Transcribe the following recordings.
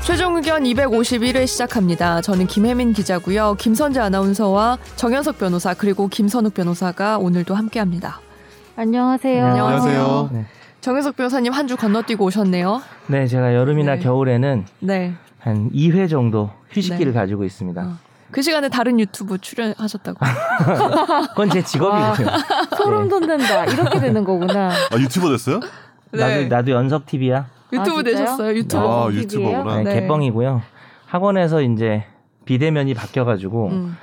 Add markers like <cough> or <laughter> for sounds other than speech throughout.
시간 251회 시작합니다. 저는 김혜민 기자고요. 김선재 아나운서와 정현석 변호사 그리고 김선욱 변호사가 오늘도 함께합니다. 안녕하세요. 안녕하세요. 네. 정현석 변호사님 한 주 건너뛰고 오셨네요. 네, 제가 여름이나 네. 겨울에는 네. 한 2회 정도 휴식기를 네. 가지고 있습니다. 어. 그 시간에 다른 유튜브 출연하셨다고. 아, 그건 제 직업이고요. 소름 네. 돋는다. 이렇게 되는 거구나. 아 유튜버 됐어요? 네. 나도 나도 연석 TV야. 유튜브 아, 진짜요? 되셨어요? 유튜브. 아 TV예요? 유튜버구나. 네, 네. 개뻥이고요. 학원에서 이제 비대면이 바뀌어가지고 음.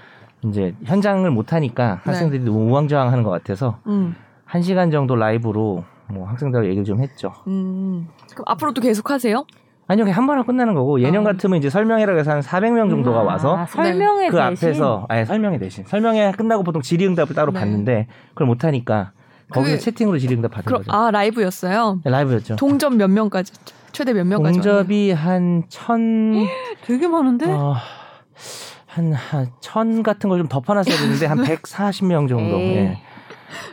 이제 현장을 못 하니까 학생들이 너무 우왕좌왕하는 것 같아서 음. 한 시간 정도 라이브로 뭐 학생들하고 얘기를 좀 했죠. 음. 그럼 앞으로도 계속 하세요? 아니요, 그냥 한 번 하고 끝나는 거고 예년 아. 같으면 이제 설명회라고 해서 한 400명 정도가 아, 와서 설명회 그 대신 앞에서 아예 설명회 대신 설명회 끝나고 보통 질의응답을 따로 네. 받는데 그걸 못 하니까 거기서 그게- 채팅으로 질의응답 받은 그럼 거죠. 아 라이브였어요. 네, 라이브였죠. 동접 몇 명까지? 최대 몇 명까지? 공접이 한천 되게 많은데? 어, 한천 같은 걸 좀 덮어놨어야 되는데 한 140명 정도. 에이. 예. 왔나요?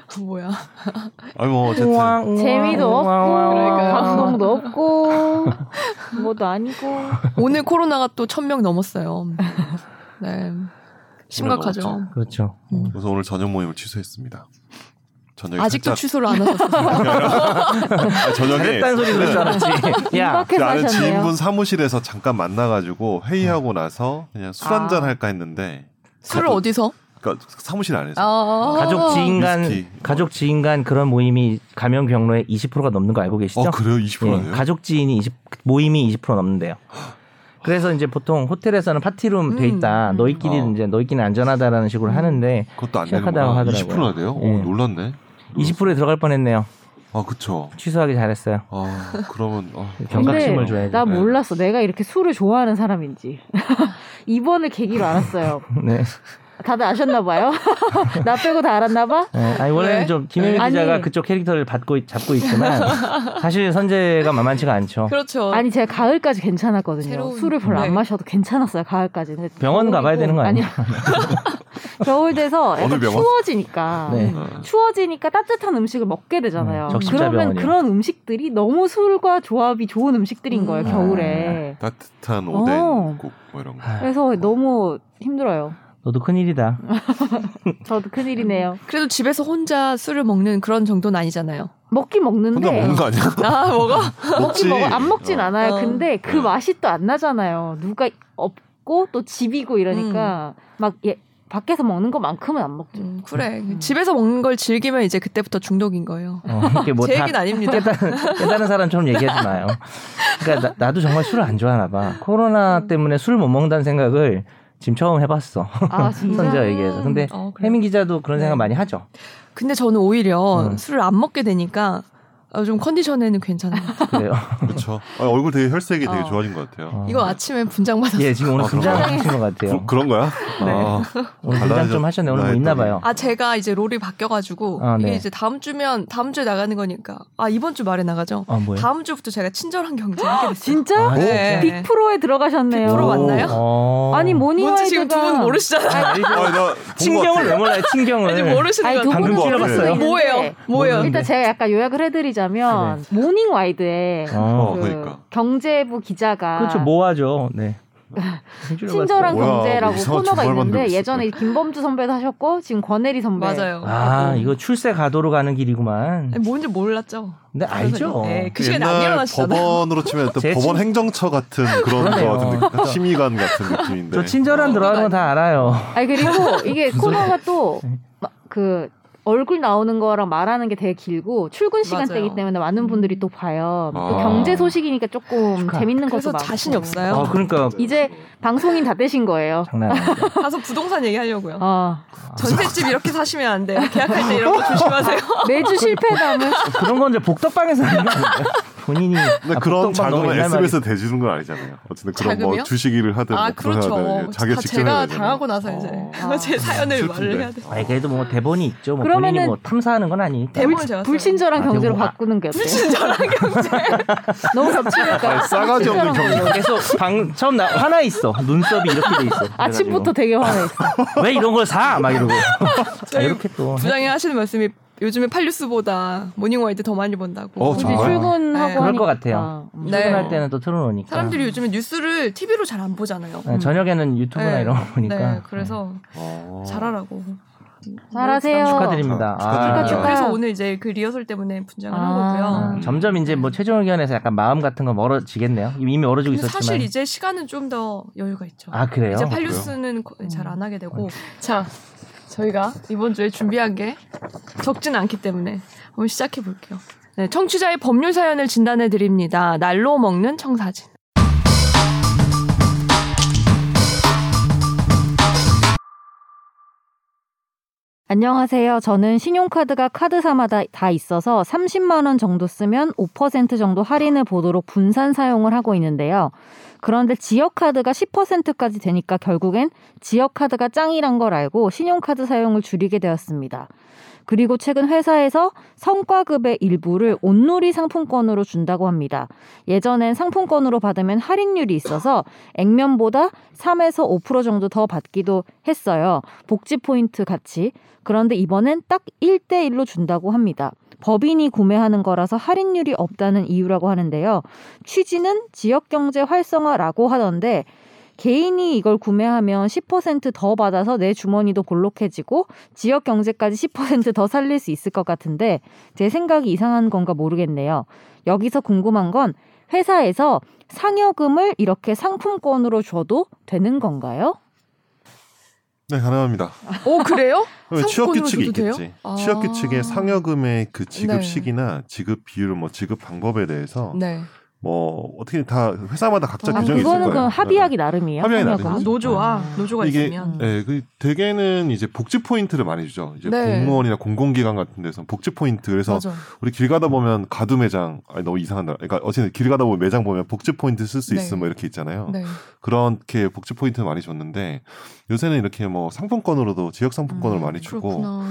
아, 뭐야? 아니 뭐 어쨌든 재미도 없고 그러니까요. 감동도 없고 뭐도 아니고 오늘 코로나가 또 천 명 넘었어요. 네. 심각하죠. 넘었죠. 그렇죠. 음. 그래서 오늘 저녁 모임을 취소했습니다. 네, 저녁에 아직도 살짝- 취소를 안 <laughs> 하셨어요. 아, 저녁에 그 잘했다는 소리 들을 줄 알았지. 야, 임박해서 아는 하셨네요. 지인분 사무실에서 잠깐 만나가지고 회의하고 나서 그냥 술 아. 한잔 할까 했는데 술을 가족- 어디서? 그러니까 사무실 안에서 아~ 가족 지인간 위스키. 가족 지인간 그런 모임이 감염 경로의 20%가 넘는 거 알고 계시죠? 어 그래요 예, 20%네요. 가족 지인이 20, 모임이 20% 넘는데요. 그래서 이제 보통 호텔에서는 파티룸 돼 음, 있다. 음. 너희끼리 어. 이제 너희끼리 안전하다라는 식으로 음. 하는데 그것도 안 시작하다고 되는구나. 하더라고요. 20%나 돼요? 오 예. 놀랐네. 20%에 들어갈 뻔했네요. 아 그쵸. 취소하기 잘했어요. <laughs> 아 그러면 아, 경각심을 줘야지. 나 네. 몰랐어. 내가 이렇게 술을 좋아하는 사람인지. <laughs> 이번을 계기로 알았어요. 네. 다들 아셨나 봐요. <laughs> 나 빼고 다 알았나 봐. 네, 아니 원래는 왜? 좀 김혜민 아니. 기자가 그쪽 캐릭터를 받고 있- 잡고 있지만 <laughs> 사실 선재가 만만치가 않죠. 그렇죠. 아니 제가 가을까지 괜찮았거든요. 새로운- 술을 별로 네. 안 마셔도 괜찮았어요. 가을까지. 근데 병원 가봐야 되는 거 아니야? <laughs> 겨울 돼서 어느 약간 병원? 추워지니까 네. 아, 추워지니까 따뜻한 음식을 먹게 되잖아요. 음, 적십자 그러면 병원이요. 그런 음식들이 너무 술과 조합이 좋은 음식들인 거예요. 음. 겨울에. 따뜻한 어. 오뎅국 뭐 이런 거. 아, 그래서 너무 힘들어요. 너도 큰일이다. 저도 큰일이네요. 그래도 집에서 혼자 술을 먹는 그런 정도는 아니잖아요. 먹긴 혼자 먹는 먹는데 거 아니야? 아 먹어? 먹지. 먹긴 먹어. 안 먹진 어. 않아요. 어. 근데 그 네. 맛이 또 안 나잖아요. 누가 없고 또 집이고 이러니까 막 예, 밖에서 먹는 것만큼은 안 <laughs> 먹죠. 음, 그래. 집에서 먹는 걸 즐기면 이제 그때부터 중독인 거예요. 어, 이렇게 뭐 <laughs> 제 다, 얘기는 <laughs> 아닙니다. 깨달은 사람처럼 얘기하지 마요. 그러니까 나, 도 정말 술을 안 좋아하나 봐. 코로나 때문에 술 못 먹는다는 생각을 지금 처음 해봤어. 아 진짜. 선재가 얘기해서. 근데 어, 그래요? 혜민 기자도 그런 네. 생각 많이 하죠. 근데 저는 오히려 음. 술을 안 먹게 되니까 어, 좀 컨디션에는 괜찮아요. 그래요. 그렇죠. 아, 얼굴 되게 혈색이 되게 어. 좋아진 것 같아요. 어. 이거 아침에 분장 받았어요. 예, 지금 오늘 아, 그런가요? 긴장하신 것 같아요. 그, 런 거야? 네. 아, <laughs> 오늘 긴장 좀 하셨네. 오늘 뭐 있나 봐요. 아 제가 이제 롤이 바뀌어가지고 아, 네. 이게 이제 다음 주면 다음 주에 나가는 거니까 아 이번 주 말에 나가죠. 아, 뭐예요? 다음 주부터 제가 친절한 경쟁 하게 됐어요. 진짜? 아, 네. 빅프로에 들어가셨네요. 빅프로 왔나요? 어. 아니 뭐. 뭔지 지금 두 분 모니와이드가 모르시잖아요. 아, 나본것 친경을 같아. 왜 몰라요? 친경을. 아직 모르시는 아니 것 두 같아요. 방금 분은 네. 들을 질러봤어요. 수 있는데 뭐예요? 뭐예요? 모르는데. 일단 제가 약간 요약을 해드리자면 네. 모닝 와이드에 어. 어, 그러니까. 경제부 기자가 그렇죠. 모아죠. 네. 친절한 뭐야, 경제라고 뭐 이상한 코너가 주말 만들고 있는데 있어. 예전에 김범주 선배도 하셨고 지금 권혜리 선배 맞아요. 어. 아, 이거 출세 가도로 가는 길이구만. 아니, 뭔지 몰랐죠. 근데 알죠. 그래서, 예, 그 시간에 안 옛날 일어나시잖아요. 법원으로 치면 또 제 친- 법원 행정처 같은 그런 거 그러네요. 같은 느낌, 심의관 같은 느낌인데. 저 친절한 들어가는 건 다 알아요. 아니 그리고 <laughs> 이게 코너가 네. 또 그 얼굴 나오는 거랑 말하는 게 되게 길고 출근 시간대이기 맞아요. 때문에 많은 분들이 또 봐요. 또 아. 경제 소식이니까 조금 축하. 재밌는 것도 <laughs> 그래서 많고. 자신이 없어요. 아, 그러니까 이제 방송인 다 되신 거예요. 장난 아니에요. 그 가서 부동산 얘기하려고요. 아, 전셋집 이렇게 사시면 안 돼요. 계약할 때 이런 거 <laughs> 조심하세요. 아, 매주 실패담을 그런 건 이제 복덕방에서 하는 거 아니에요? 본인이 근데 아, 그런 복덕방 너무 자금을 옛날 말이- SBS 대주는 건 아니잖아요. 어쨌든 그런 자금이요? 뭐 주식을 하든 아 뭐 그런 거 하든 그렇죠. 자기가 다 직접 제가 해야 되잖아요. 당하고 나서 이제 어. <laughs> 제 사연을 말을 슬픈데. 해야 돼. 아니 그래도 뭐 대본이 있죠. 뭐 본인이 그러면은 뭐 탐사하는 건 아니니까. 대본을 제가 불친절한 아, 경제로 대박. 바꾸는 게 어때요? 불친절한 경쟁. <laughs> 너무 겹치니까. 아니, 싸가지 없는 경제. 계속 방 처음 나 화나 있어. 눈썹이 이렇게 돼 있어. <laughs> 그래가지고 아침부터 되게 화나 있어. 왜 이런 걸 사? 막 이러고. 아, 이렇게 또 부장이 하시는 말씀이 요즘에 팔뉴스보다 모닝와이드 더 많이 본다고. 어, 굳이 정말? 출근하고 네. 하니까. 그럴 것 같아요. 음. 네. 출근할 때는 또 틀어놓으니까. 사람들이 요즘에 뉴스를 TV로 잘 안 보잖아요. 네, 저녁에는 유튜브나 네. 이런 거 보니까. 네, 그래서 어. 잘하라고. 네. 잘하세요. 네. 축하드립니다. 축하드립니다. 아, 그래서 축하. 오늘 이제 그 리허설 때문에 분장을 아. 한 아, 거고요. 점점 이제 뭐 최종 의견에서 약간 마음 같은 거 멀어지겠네요. 이미 멀어지고 근데 있었지만. 사실 이제 시간은 좀 더 여유가 있죠. 아 그래요? 이제 팔- 팔뉴스는 잘 안 하게 되고 자 저희가 이번 주에 준비한 게 적진 않기 때문에 한번 시작해 볼게요. 네, 청취자의 법률 사연을 진단해 드립니다. 날로 먹는 청사진. 안녕하세요. 저는 신용카드가 카드사마다 다 있어서 30만 원 정도 쓰면 5% 정도 할인을 보도록 분산 사용을 하고 있는데요. 그런데 지역카드가 10%까지 되니까 결국엔 지역카드가 짱이란 걸 알고 신용카드 사용을 줄이게 되었습니다. 그리고 최근 회사에서 성과급의 일부를 온누리 상품권으로 준다고 합니다. 예전엔 상품권으로 받으면 할인율이 있어서 액면보다 3에서 5% 정도 더 받기도 했어요. 복지 포인트 같이. 그런데 이번엔 딱 1대1로 준다고 합니다. 법인이 구매하는 거라서 할인율이 없다는 이유라고 하는데요. 취지는 지역경제 활성화라고 하던데 개인이 이걸 구매하면 10%더 받아서 내 주머니도 볼록해지고 지역 경제까지 10%더 살릴 수 있을 것 같은데 제 생각이 이상한 건가 모르겠네요. 여기서 궁금한 건 회사에서 상여금을 이렇게 상품권으로 줘도 되는 건가요? 네, 가능합니다. 오 어, 그래요? 그러면 취업 상품권으로 규칙이 줘도 돼요? 있겠지. 아. 취업 규칙의 상여금의 그 네. 지급 시기나 지급 비율, 뭐 지급 방법에 대해서 <laughs> 네. 뭐 어떻게 다 회사마다 각자 아, 아, 규정이 있을 거예요. 네, 그거는 그럼 합의하기 나름이에요. 합의하기 상여금은? 나름이죠. 노조와 노조가 이게- 있으면 네, 그 대개는 이제 복지 포인트를 많이 주죠. 이제 네. 공무원이나 공공기관 같은 데서 복지 포인트. 그래서 맞아. 우리 길 가다 보면 가두 매장, 아니 너무 이상한다. 그러니까 어쨌든 길 가다 보면 매장 보면 복지 포인트 쓸 수 네. 있음 뭐 이렇게 있잖아요. 네. 그렇게 복지 포인트 많이 줬는데 요새는 이렇게 뭐 상품권으로도 지역 상품권을 음, 많이 주고 그렇구나.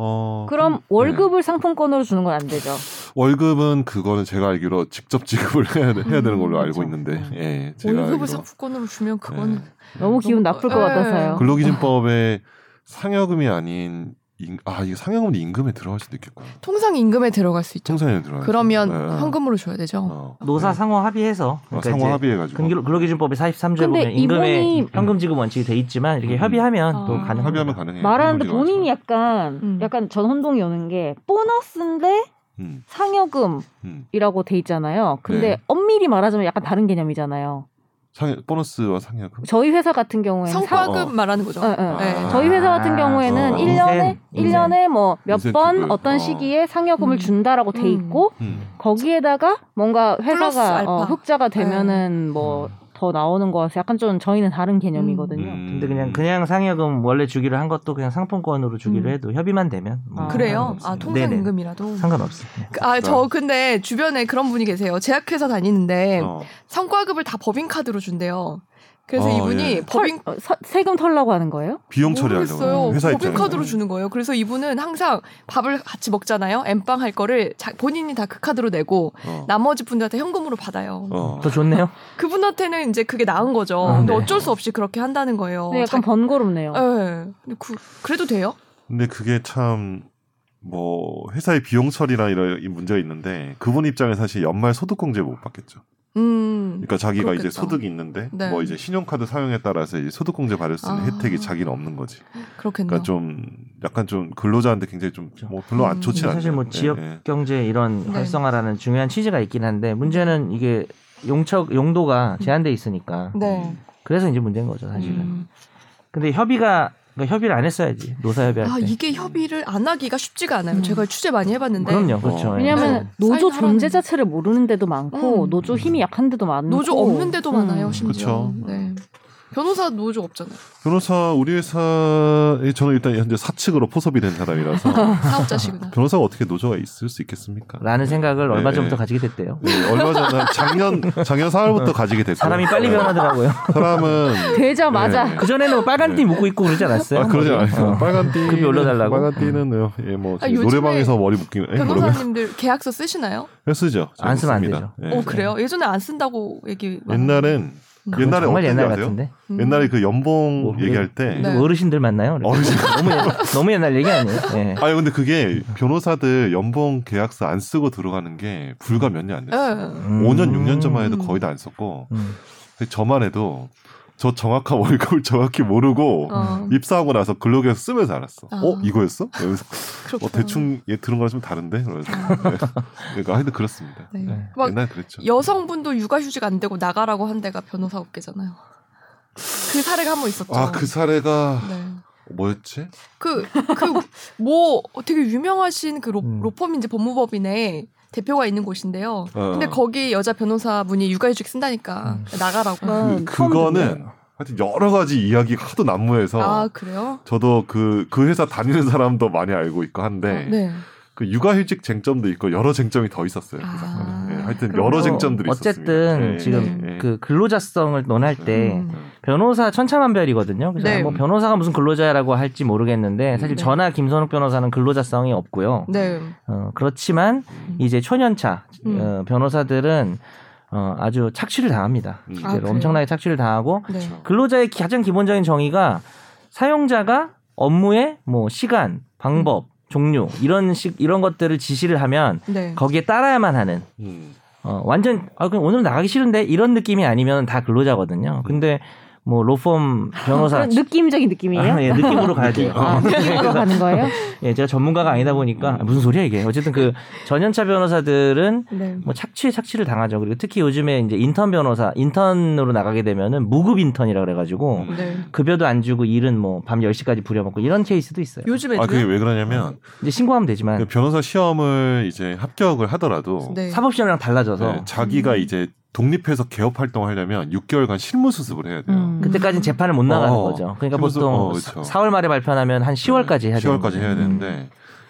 어 그럼 월급을 상품권으로 주는 건 안 되죠. 월급은 그거는 제가 알기로 직접 지급을 <laughs> 해야, 돼- 해야 되는 걸로 알고 그렇죠. 있는데 음. 예 제가 월급을 알기로 상품권으로 주면 그건 네. 너무 기분 나쁠 것 예. 같아서요. 근로기준법에 상여금이 아닌 인, 아 이게 상여금은 임금에 들어갈 수도 있겠구나 통상 임금에 들어갈 수 있죠. 통상에 네. 들어가 그러면 현금으로 어. 줘야 되죠. 노사 상호 합의해서 그러니까 어. 아, 상호 이제 합의해가지고 근로- 근로기준법이 43조에 근데 보면 임금의 이분이- 현금 지급 원칙이 돼 있지만 이렇게 음. 합의하면 아. 또 가능. 합의하면 가능해요. 말하는데 현금 지급하지 본인이 마. 약간 음. 약간 전 혼동이 오는 게 보너스인데 음, 상여금이라고 음. 돼 있잖아요. 근데 네. 엄밀히 말하자면 약간 다른 개념이잖아요. 상여 보너스와 상여금 저희 회사 같은 경우에는 상- 성과급 어. 예, 아. 말하는 거죠. 예, 예. 네. 저희 회사 같은 경우에는 어. 1년에 인센, 1년에 뭐 몇 번 인센티브. 어떤 어. 시기에 상여금을 음. 준다라고 돼 있고 음. 거기에다가 뭔가 플러스 회사가 알파. 어, 흑자가 되면은 뭐 더 나오는 거라서 약간 좀 저희는 다른 개념이거든요. 음. 근데 그냥 그냥 상여금 원래 주기로 한 것도 그냥 상품권으로 주기로 음. 해도 협의만 되면 뭐 아. 그래요? 상관없습니다. 아 통상 네네. 임금이라도. 상관없어요. 아 저 근데 주변에 그런 분이 계세요. 제약회사 다니는데 어. 성과급을 다 법인 카드로 준대요. 그래서 어, 이분이 예. 털- 법인 어, 서- 세금 털라고 하는 거예요? 비용 처리하려고 모르겠어요. 회사 법인 입장에서 카드로 주는 거예요. 그래서 이분은 항상 밥을 같이 먹잖아요. 엠빵 할 거를 자- 본인이 다 그 카드로 내고 어. 나머지 음. 분들한테 현금으로 받아요. 어. <laughs> 더 좋네요. 그분한테는 이제 그게 나은 거죠. 아, 근데 네. 어쩔 수 없이 그렇게 한다는 거예요. 근데 네, 약간 자- 번거롭네요. 예. 근데 그, 그래도 돼요? 근데 그게 참 뭐 회사의 비용 처리나 이런 이 문제가 있는데 그분 입장에 사실 연말 소득공제 못 받겠죠. 음. 그러니까 자기가 이제 그렇겠죠. 소득이 있는데 네. 뭐 이제 신용카드 사용에 따라서 이제 소득공제 받을 수 있는 아. 혜택이 자기는 없는 거지. 그렇겠네요. 그러니까 좀 약간 좀 근로자한테 굉장히 좀 뭐 별로 음. 안 좋지 않아요. 예, 그렇죠. 사실 뭐 지역 경제 이런 네. 활성화라는 중요한 취지가 있긴 한데 문제는 이게 용적 용도가 제한돼 있으니까 네. 음. 그래서 이제 문제인 거죠 사실은. 음. 근데 협의가 그러니까 협의를 안 했어야지 노사 네, 협의할 때. 아 이게 협의를 안 하기가 쉽지가 않아요. 음. 제가 취재 많이 해봤는데 그럼요, 그렇죠. 어. 예. 왜냐하면 네. 노조 사인하라는- 존재 자체를 모르는 데도 많고 음. 노조 힘이 약한 데도 많고 노조 없는 데도 많아요. 음. 심지어. 그쵸. 네. 변호사 노조 없잖아요. 변호사 우리 회사에 저는 일단 현재 사측으로 포섭이 된 <laughs> 사람이라서 <laughs> 사업자시구나. 변호사가 어떻게 노조가 있을 수 있겠습니까? 라는 생각을 얼마 네, 전부터 네. 가지게 됐대요. 네, 얼마 전에 작년 작년 4월부터 가지게 됐고 사람이 빨리 변하더라고요. 사람은 되자마자 네. <laughs> 그 전에는 뭐 빨간 띠 묶고 있고 그러지 않았어요? 아 그러지 않아요. 어. 빨간 띠 급이 올려달라고? 음. 빨간 띠는 예뭐 아, 요즘에 노래방에서 머리 묶기 예, 뭐라고요? 변호사님들 계약서 쓰시나요? 쓰죠. 안 쓰면 안 저는 씁니다. 예. 어 그래요? 예전에 안 쓴다고 얘기. 많았는데. 네, 옛날엔 그건 옛날에 정말 어떤 옛날 게 아세요? 같은데 음. 옛날에 그 연봉 뭐, 얘기할 때 네. 어르신들 만나요? 어르신. 너무 옛날, 너무 옛날 얘기 아니에요? <laughs> 예. 아니 근데 그게 변호사들 연봉 계약서 안 쓰고 들어가는 게 불과 몇 년 안 됐어요. 예. 음. 5년 6년 전만 해도 음. 거의 다 안 썼고 음. 근데 저만 해도 저 정확한 <laughs> 월급을 정확히 모르고 어, 입사하고 나서 근로계약서 쓰면서 알았어. 아. 어 이거였어? 이러면서 어, 그렇구나. 대충 얘 들은 거랑 좀 다른데. 그러면서. 네. 그러니까 하여튼 그렇습니다. 네. 네. 막 옛날 그랬죠. 여성분도 육아휴직 안 되고 나가라고 한 데가 변호사 업계잖아요. 그 사례가 한 번 있었죠. 아 그 사례가 네. 뭐였지? 그 그 뭐 되게 유명하신 그 로, 음. 로펌인지 법무법인의 대표가 있는 곳인데요. 어. 근데 거기 여자 변호사분이 육아휴직 쓴다니까 음. 나가라고. 그, 그거는 하여튼 여러 가지 이야기가 하도 난무해서 아 그래요? 저도 그, 그 회사 다니는 사람도 많이 알고 있고 한데 네. 그 육아휴직 쟁점도 있고 여러 쟁점이 더 있었어요. 그 아. 사건은. 예, 하여튼 그럼 여러 뭐 쟁점들이 어쨌든 있었습니다. 예, 지금 예, 예. 그 근로자성을 논할 때 음. 변호사 천차만별이거든요. 그래서 네. 뭐 변호사가 무슨 근로자라고 할지 모르겠는데 사실 네. 저나 김선욱 변호사는 근로자성이 없고요. 네. 어, 그렇지만 이제 초년차 음. 어, 변호사들은 어, 아주 착취를 당합니다. 음. 아, 실제로 그래요? 엄청나게 착취를 당하고 네. 그렇죠. 근로자의 가장 기본적인 정의가 사용자가 업무의 뭐 시간, 방법, 종류 이런 식 이런 것들을 지시를 하면 네. 거기에 따라야만 하는 음. 어, 완전 아 그럼 오늘 나가기 싫은데 이런 느낌이 아니면 다 근로자거든요. 근데 뭐 로펌 변호사 아, 그런 느낌적인 느낌이에요? 아, 예, 느낌으로 가야 돼요. 아, 느낌으로 가는 거예요? 예, 제가 전문가가 아니다 보니까 아, 무슨 소리야 이게. 어쨌든 그 전연차 변호사들은 네. 뭐 착취에 착취를 당하죠. 그리고 특히 요즘에 이제 인턴 변호사 인턴으로 나가게 되면은 무급 인턴이라 그래 가지고 음. 네. 급여도 안 주고 일은 뭐 밤 10시까지 부려먹고 이런 케이스도 있어요. 요즘에 아 네. 그게 왜 그러냐면 이제 신고하면 되지만 그 변호사 시험을 이제 합격을 하더라도 네. 음. 사법 시험이랑 달라져서 네, 자기가 이제 독립해서 개업 활동을 하려면 6개월간 실무 수습을 해야 돼요. 음. <laughs> 그때까지는 재판을 못 나가는 어, 거죠. 그러니까 실무수- 보통 어, 그렇죠. 4월 말에 발표하면 한 10월까지 해야 음. 돼요. 10월까지 해야 되는데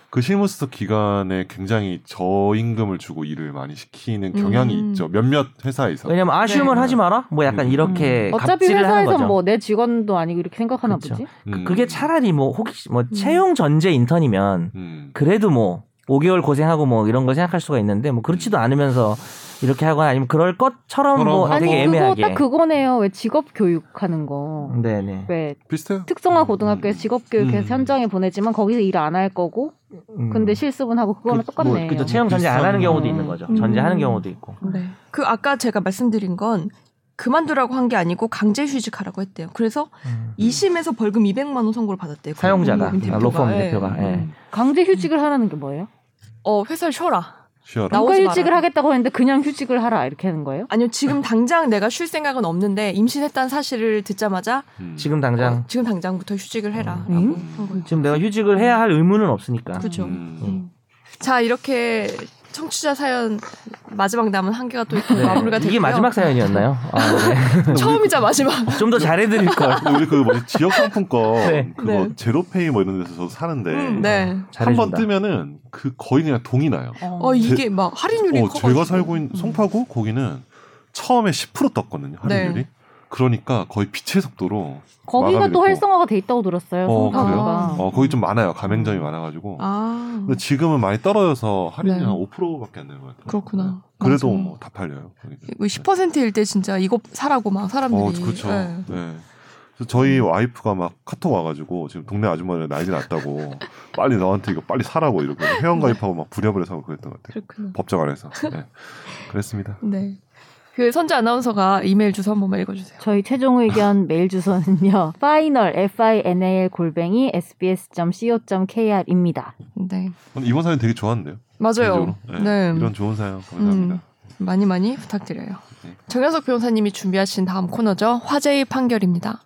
그 실무수습 기간에 굉장히 저임금을 주고 일을 많이 시키는 경향이 음. 있죠. 몇몇 회사에서. 왜냐면 아쉬움은 네. 하지 마라. 뭐 약간 음. 이렇게 어차피 갑질을 하는 거죠. 회사에선 뭐 내 직원도 아니고 이렇게 생각하나 그렇죠. 보지. 음. 그게 차라리 뭐 혹시 음. 뭐 채용 전제 인턴이면 음. 그래도 뭐 5개월 고생하고 뭐 이런 걸 생각할 수가 있는데 뭐 그렇지도 않으면서 이렇게 하거나 아니면 그럴 것처럼 뭐 그럼 되게 아니 그거 애매하게. 딱 그거네요. 왜 직업 교육하는 거. 네네. 왜 비슷해요. 특성화 고등학교에 음. 서 직업 교육해서 음. 현장에 보내지만 거기서 일 안 할 거고 음. 근데 실습은 하고 그거랑 그, 똑같네. 뭐, 그죠. 채용 전제 안 하는 비슷한- 경우도 있는 거죠. 전제하는 음. 경우도 있고. 네. 그 아까 제가 말씀드린 건 그만두라고 한 게 아니고 강제 휴직하라고 했대요. 그래서 2심에서 벌금 200만 원 선고를 받았대요. 그 음. 사용자가 법무법인 아, 로펌 예. 대표가. 예. 강제 휴직을 하라는 게 뭐예요? 어 회사를 쉬어라. 쉬어라. 나오지 누가 그러니까 휴직을 마라. 하겠다고 했는데 그냥 휴직을 하라 이렇게 하는 거예요? 아니요 지금 당장 내가 쉴 생각은 없는데 임신했다는 사실을 듣자마자 음. 지금 당장 어, 지금 당장부터 휴직을 해라라고 음? 한 거예요. 지금 내가 휴직을 해야 할 의무는 없으니까. 그렇죠. 음. 음. 자 이렇게 청취자 사연 마지막 남은 한 개가 또 있고 <laughs> 네. 마무리가 됐고요. 이게 마지막 사연이었나요? 아, 네. 처음이자 마지막. <laughs> 좀 더 잘해드릴 걸. 우리 그 뭐지 지역 상품권 <laughs> 네. 그거 네. 제로페이 뭐 이런 데서 저도 사는데 음, 네. 한 번 잘해준다. 뜨면은 그 거의 그냥 동이 나요. 어 이게 막 할인율이 어, 커가지고. 음. 제가 살고 있는 송파구 거기는 처음에 10% 떴거든요 할인율이. 네. 그러니까 거의 빛의 속도로. 거기가 마감이 또 됐고. 활성화가 돼 있다고 들었어요. 어, 성파구가. 그래요? 어 거기 좀 많아요 가맹점이 많아가지고. 음. 아 근데 지금은 많이 떨어져서 할인이 네. 한 5%밖에 안 되는 것 같아요. 그렇구나. 네. 그래도 맞아요. 뭐 다 팔려요. 거기는. 뭐 10%일 때 진짜 이거 사라고 막 사람들이. 음. 어, 그렇죠. 예. 네. 그래서 저희 와이프가 막 카톡 와가지고 지금 동네 아줌마들 난리 났다고 <laughs> 빨리 너한테 이거 빨리 사라고 이러고 회원 네. 가입하고 막 부랴부랴 사고 그랬던 것 같아요. 그렇구나. 법정 안에서. 네. 그랬습니다. 네. 그 선재 아나운서가 이메일 주소 한 번만 읽어주세요. 저희 최종 의견 <laughs> 메일 주소는요. <laughs> final f i n a l 골뱅이 s b s c o k r 입니다. 네. 저는 이번 사연 되게 좋았는데요. 맞아요. 개인적으로. 네. 이런 좋은 사연 감사합니다. 음. 많이 많이 부탁드려요. 네. 정현석 변호사님이 준비하신 다음 코너죠. 화제의 판결입니다.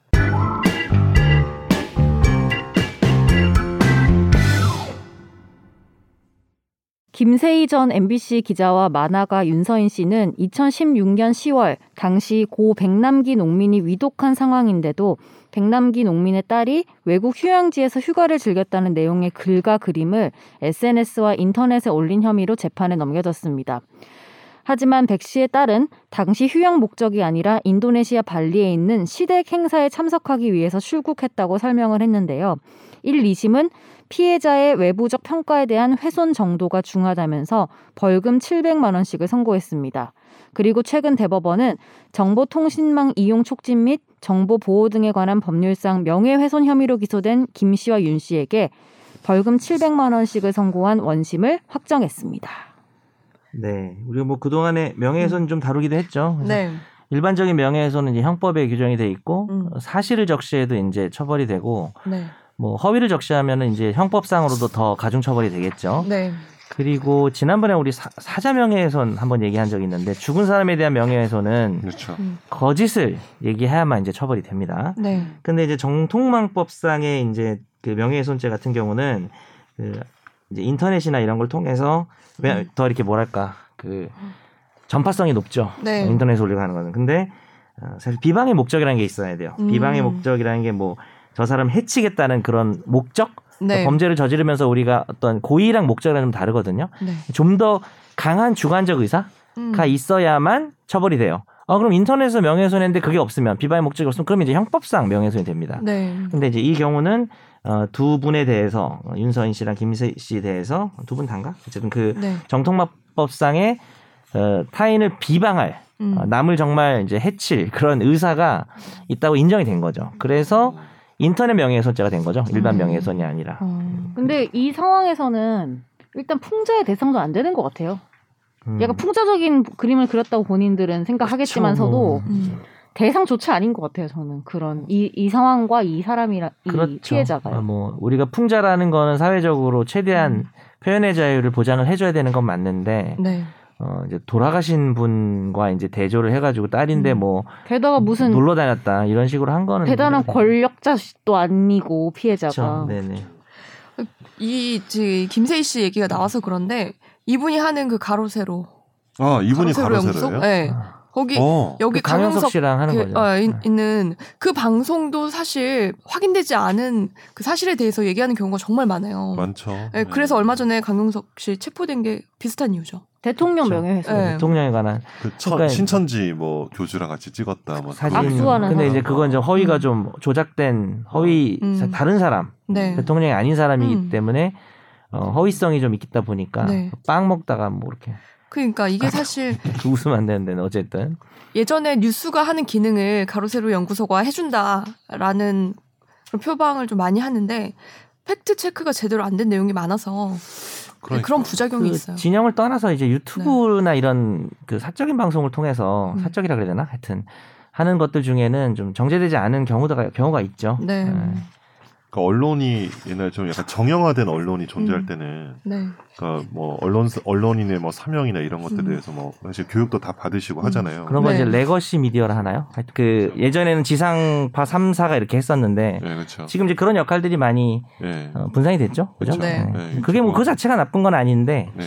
김세희 전 MBC 기자와 만화가 윤서인 씨는 2016년 10월 당시 고 백남기 농민이 위독한 상황인데도 백남기 농민의 딸이 외국 휴양지에서 휴가를 즐겼다는 내용의 글과 그림을 SNS와 인터넷에 올린 혐의로 재판에 넘겨졌습니다. 하지만 백 씨의 딸은 당시 휴양 목적이 아니라 인도네시아 발리에 있는 시댁 행사에 참석하기 위해서 출국했다고 설명을 했는데요. 1, 2심은 피해자의 외부적 평가에 대한 훼손 정도가 중하다면서 벌금 700만 원씩을 선고했습니다. 그리고 최근 대법원은 정보통신망 이용 촉진 및 정보 보호 등에 관한 법률상 명예훼손 혐의로 기소된 김 씨와 윤 씨에게 벌금 700만 원씩을 선고한 원심을 확정했습니다. 네, 우리가 뭐 그동안에 명예훼손 좀 다루기도 했죠. 그래서 음. 네. 일반적인 명예훼손은 이제 형법에 규정이 돼 있고 음. 어, 사실을 적시해도 이제 처벌이 되고 네. 뭐 허위를 적시하면은 이제 형법상으로도 더 가중 처벌이 되겠죠. 네. 그리고 지난번에 우리 사, 자 명예훼손 한번 얘기한 적이 있는데 죽은 사람에 대한 명예훼손은 그렇죠. 거짓을 얘기해야만 이제 처벌이 됩니다. 네. 근데 이제 정통망법상의 이제 그 명예훼손죄 같은 경우는 그 이제 인터넷이나 이런 걸 통해서 왜 음. 더 이렇게 뭐랄까 그 전파성이 높죠. 네. 인터넷 올리고 하는 거는. 근데 어, 사실 비방의 목적이라는 게 있어야 돼요. 음. 비방의 목적이라는 게 뭐 저 사람 해치겠다는 그런 목적, 네. 범죄를 저지르면서 우리가 어떤 고의랑 목적이랑 좀 다르거든요. 네. 좀 더 강한 주관적 의사 음. 가 있어야만 처벌이 돼요. 아 그럼 인터넷에서 명예훼손했는데 그게 없으면 비방의 목적이 없으면 그럼 이제 형법상 명예훼손이 됩니다. 네. 근데 이제 이 경우는 어, 두 분에 대해서 어, 윤서인 씨랑 김세 씨 대해서 두 분 단가 어쨌든 그 네. 정통법상의 어, 타인을 비방할 음. 어, 남을 정말 이제 해칠 그런 의사가 있다고 인정이 된 거죠. 음. 그래서 인터넷 명예훼손죄가 된 거죠. 일반 음. 명예훼손이 아니라. 어. 근데 이 상황에서는 일단 풍자의 대상도 안 되는 것 같아요. 음. 어. 약간 풍자적인 그림을 그렸다고 본인들은 생각하겠지만서도 그쵸. 음. 대상조차 아닌 것 같아요. 저는 그런 이, 이 상황과 이 사람이라 이 음, 피해자가요. 아, 뭐 우리가 풍자라는 거는 사회적으로 최대한 음. 표현의 자유를 보장을 해줘야 되는 건 맞는데 음. 네. 어, 이제 돌아가신 분과 이제 대조를 해가지고 딸인데 음. 뭐 게다가 어, 무슨 놀러 다녔다 이런 식으로 한 거는 대단한 네. 권력자도 아니고 그렇죠. 피해자가 네네. 이 지- 김세희 씨 얘기가 나와서 그런데 이분이 하는 그 가로세로 아 이분이 속? 가로세로예요? 네. 아. 거기 어. 여기 그 강영석 강영석 씨랑 하는 그, 거죠. 네. 어, 네. 이- 있는 그 방송도 사실 확인되지 않은 그 사실에 대해서 얘기하는 경우가 정말 많아요. 많죠. 네, 그래서 얼마 전에 강용석 씨 체포된 게 비슷한 이유죠. 대통령 그렇죠. 명예훼손. 네. 대통령에 관한 그 천- 그러니까 신천지 뭐 교주랑 같이 찍었다. 뭐 사진. 그런 압수하는 근데 사람. 이제 그건 이제 허위가 음. 좀 조작된 허위 음. 사- 다른 사람 네. 대통령이 아닌 사람이기 음. 때문에 어, 허위성이 좀 있다 보니까 네. 빵 먹다가 뭐 이렇게 <laughs> 그러니까 아, 이게 사실 웃으면 안 되는데 어쨌든 예전에 뉴스가 하는 기능을 가로세로 연구소가 해준다라는 그런 표방을 좀 많이 하는데 팩트 체크가 제대로 안 된 내용이 많아서 네, 그러니까. 그런 부작용이 그 있어요. 네. 진영을 떠나서 이제 유튜브나 이런 그 사적인 방송을 통해서 음. 사적이라 그래야 되나 하여튼 하는 것들 중에는 좀 정제되지 않은 경우가 경우가 있죠. 네. 예. 그러니까 언론이 옛날 좀 약간 정형화된 언론이 존재할 음. 때는 네. 그러니까 뭐 언론 언론인의 뭐 사명이나 이런 것들에 음. 대해서 뭐 사실 교육도 다 받으시고 음. 하잖아요. 그런 걸 네. 이제 레거시 미디어라 하나요? 하여튼 그 예전에는 지상파 3사가 이렇게 했었는데 예, 그렇죠. 지금 이제 그런 역할들이 많이 예. 어, 분산이 됐죠. 그죠? 그쵸. 네. 네, 그게 뭐 그 자체가 나쁜 건 아닌데 네.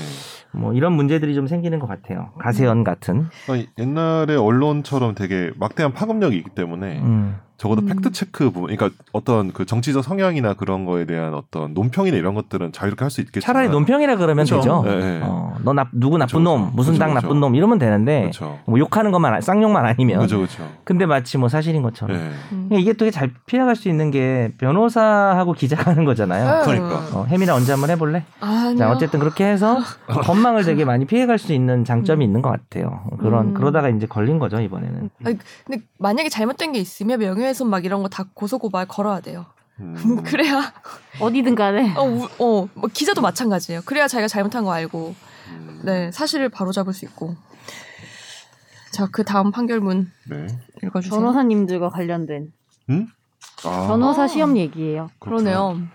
뭐 이런 문제들이 좀 생기는 것 같아요. 가세연 같은. 아니, 그러니까 옛날에 언론처럼 되게 막대한 파급력이 있기 때문에 음. 적어도 음. 팩트 체크 부분, 그러니까 어떤 그 정치적 성향이나 그런 거에 대한 어떤 논평이나 이런 것들은 자유롭게 할 수 있겠지만 차라리 논평이라 그러면 그쵸. 되죠. 예, 예. 어, 너 나, 누구 그쵸, 나쁜 놈, 그쵸. 무슨 그렇죠. 그쵸, 당 그쵸. 나쁜 놈 이러면 되는데 그렇죠. 뭐 욕하는 것만 아- 쌍욕만 아니면 그렇죠, 그렇죠. 근데 마치 뭐 사실인 것처럼 그러니까 예. 음. 이게 되게 잘 피해갈 수 있는 게 변호사하고 기자가 하는 거잖아요 그러니까. 어, 혜민아 언제 한번 해볼래? 아, 자 어쨌든 그렇게 해서 건망을 되게 많이 피해갈 수 있는 장점이 음. 있는 것 같아요 그런 음. 그러다가 이제 걸린 거죠 이번에는 근데 만약에 잘못된 게 있으면 명예훼손 막 이런 거 다 고소고발 걸어야 돼요. 음. <laughs> 그래야 어디든 간에 어, 우- 어, 뭐 기자도 마찬가지예요. 그래야 자기가 잘못한 거 알고 음. 네 사실을 바로 잡을 수 있고. 자 그 다음 판결문 네. 읽어주세요. 변호사님들과 관련된 아, 그렇죠. 변호사 아. 시험 얘기예요. 그렇구나. 그러네요.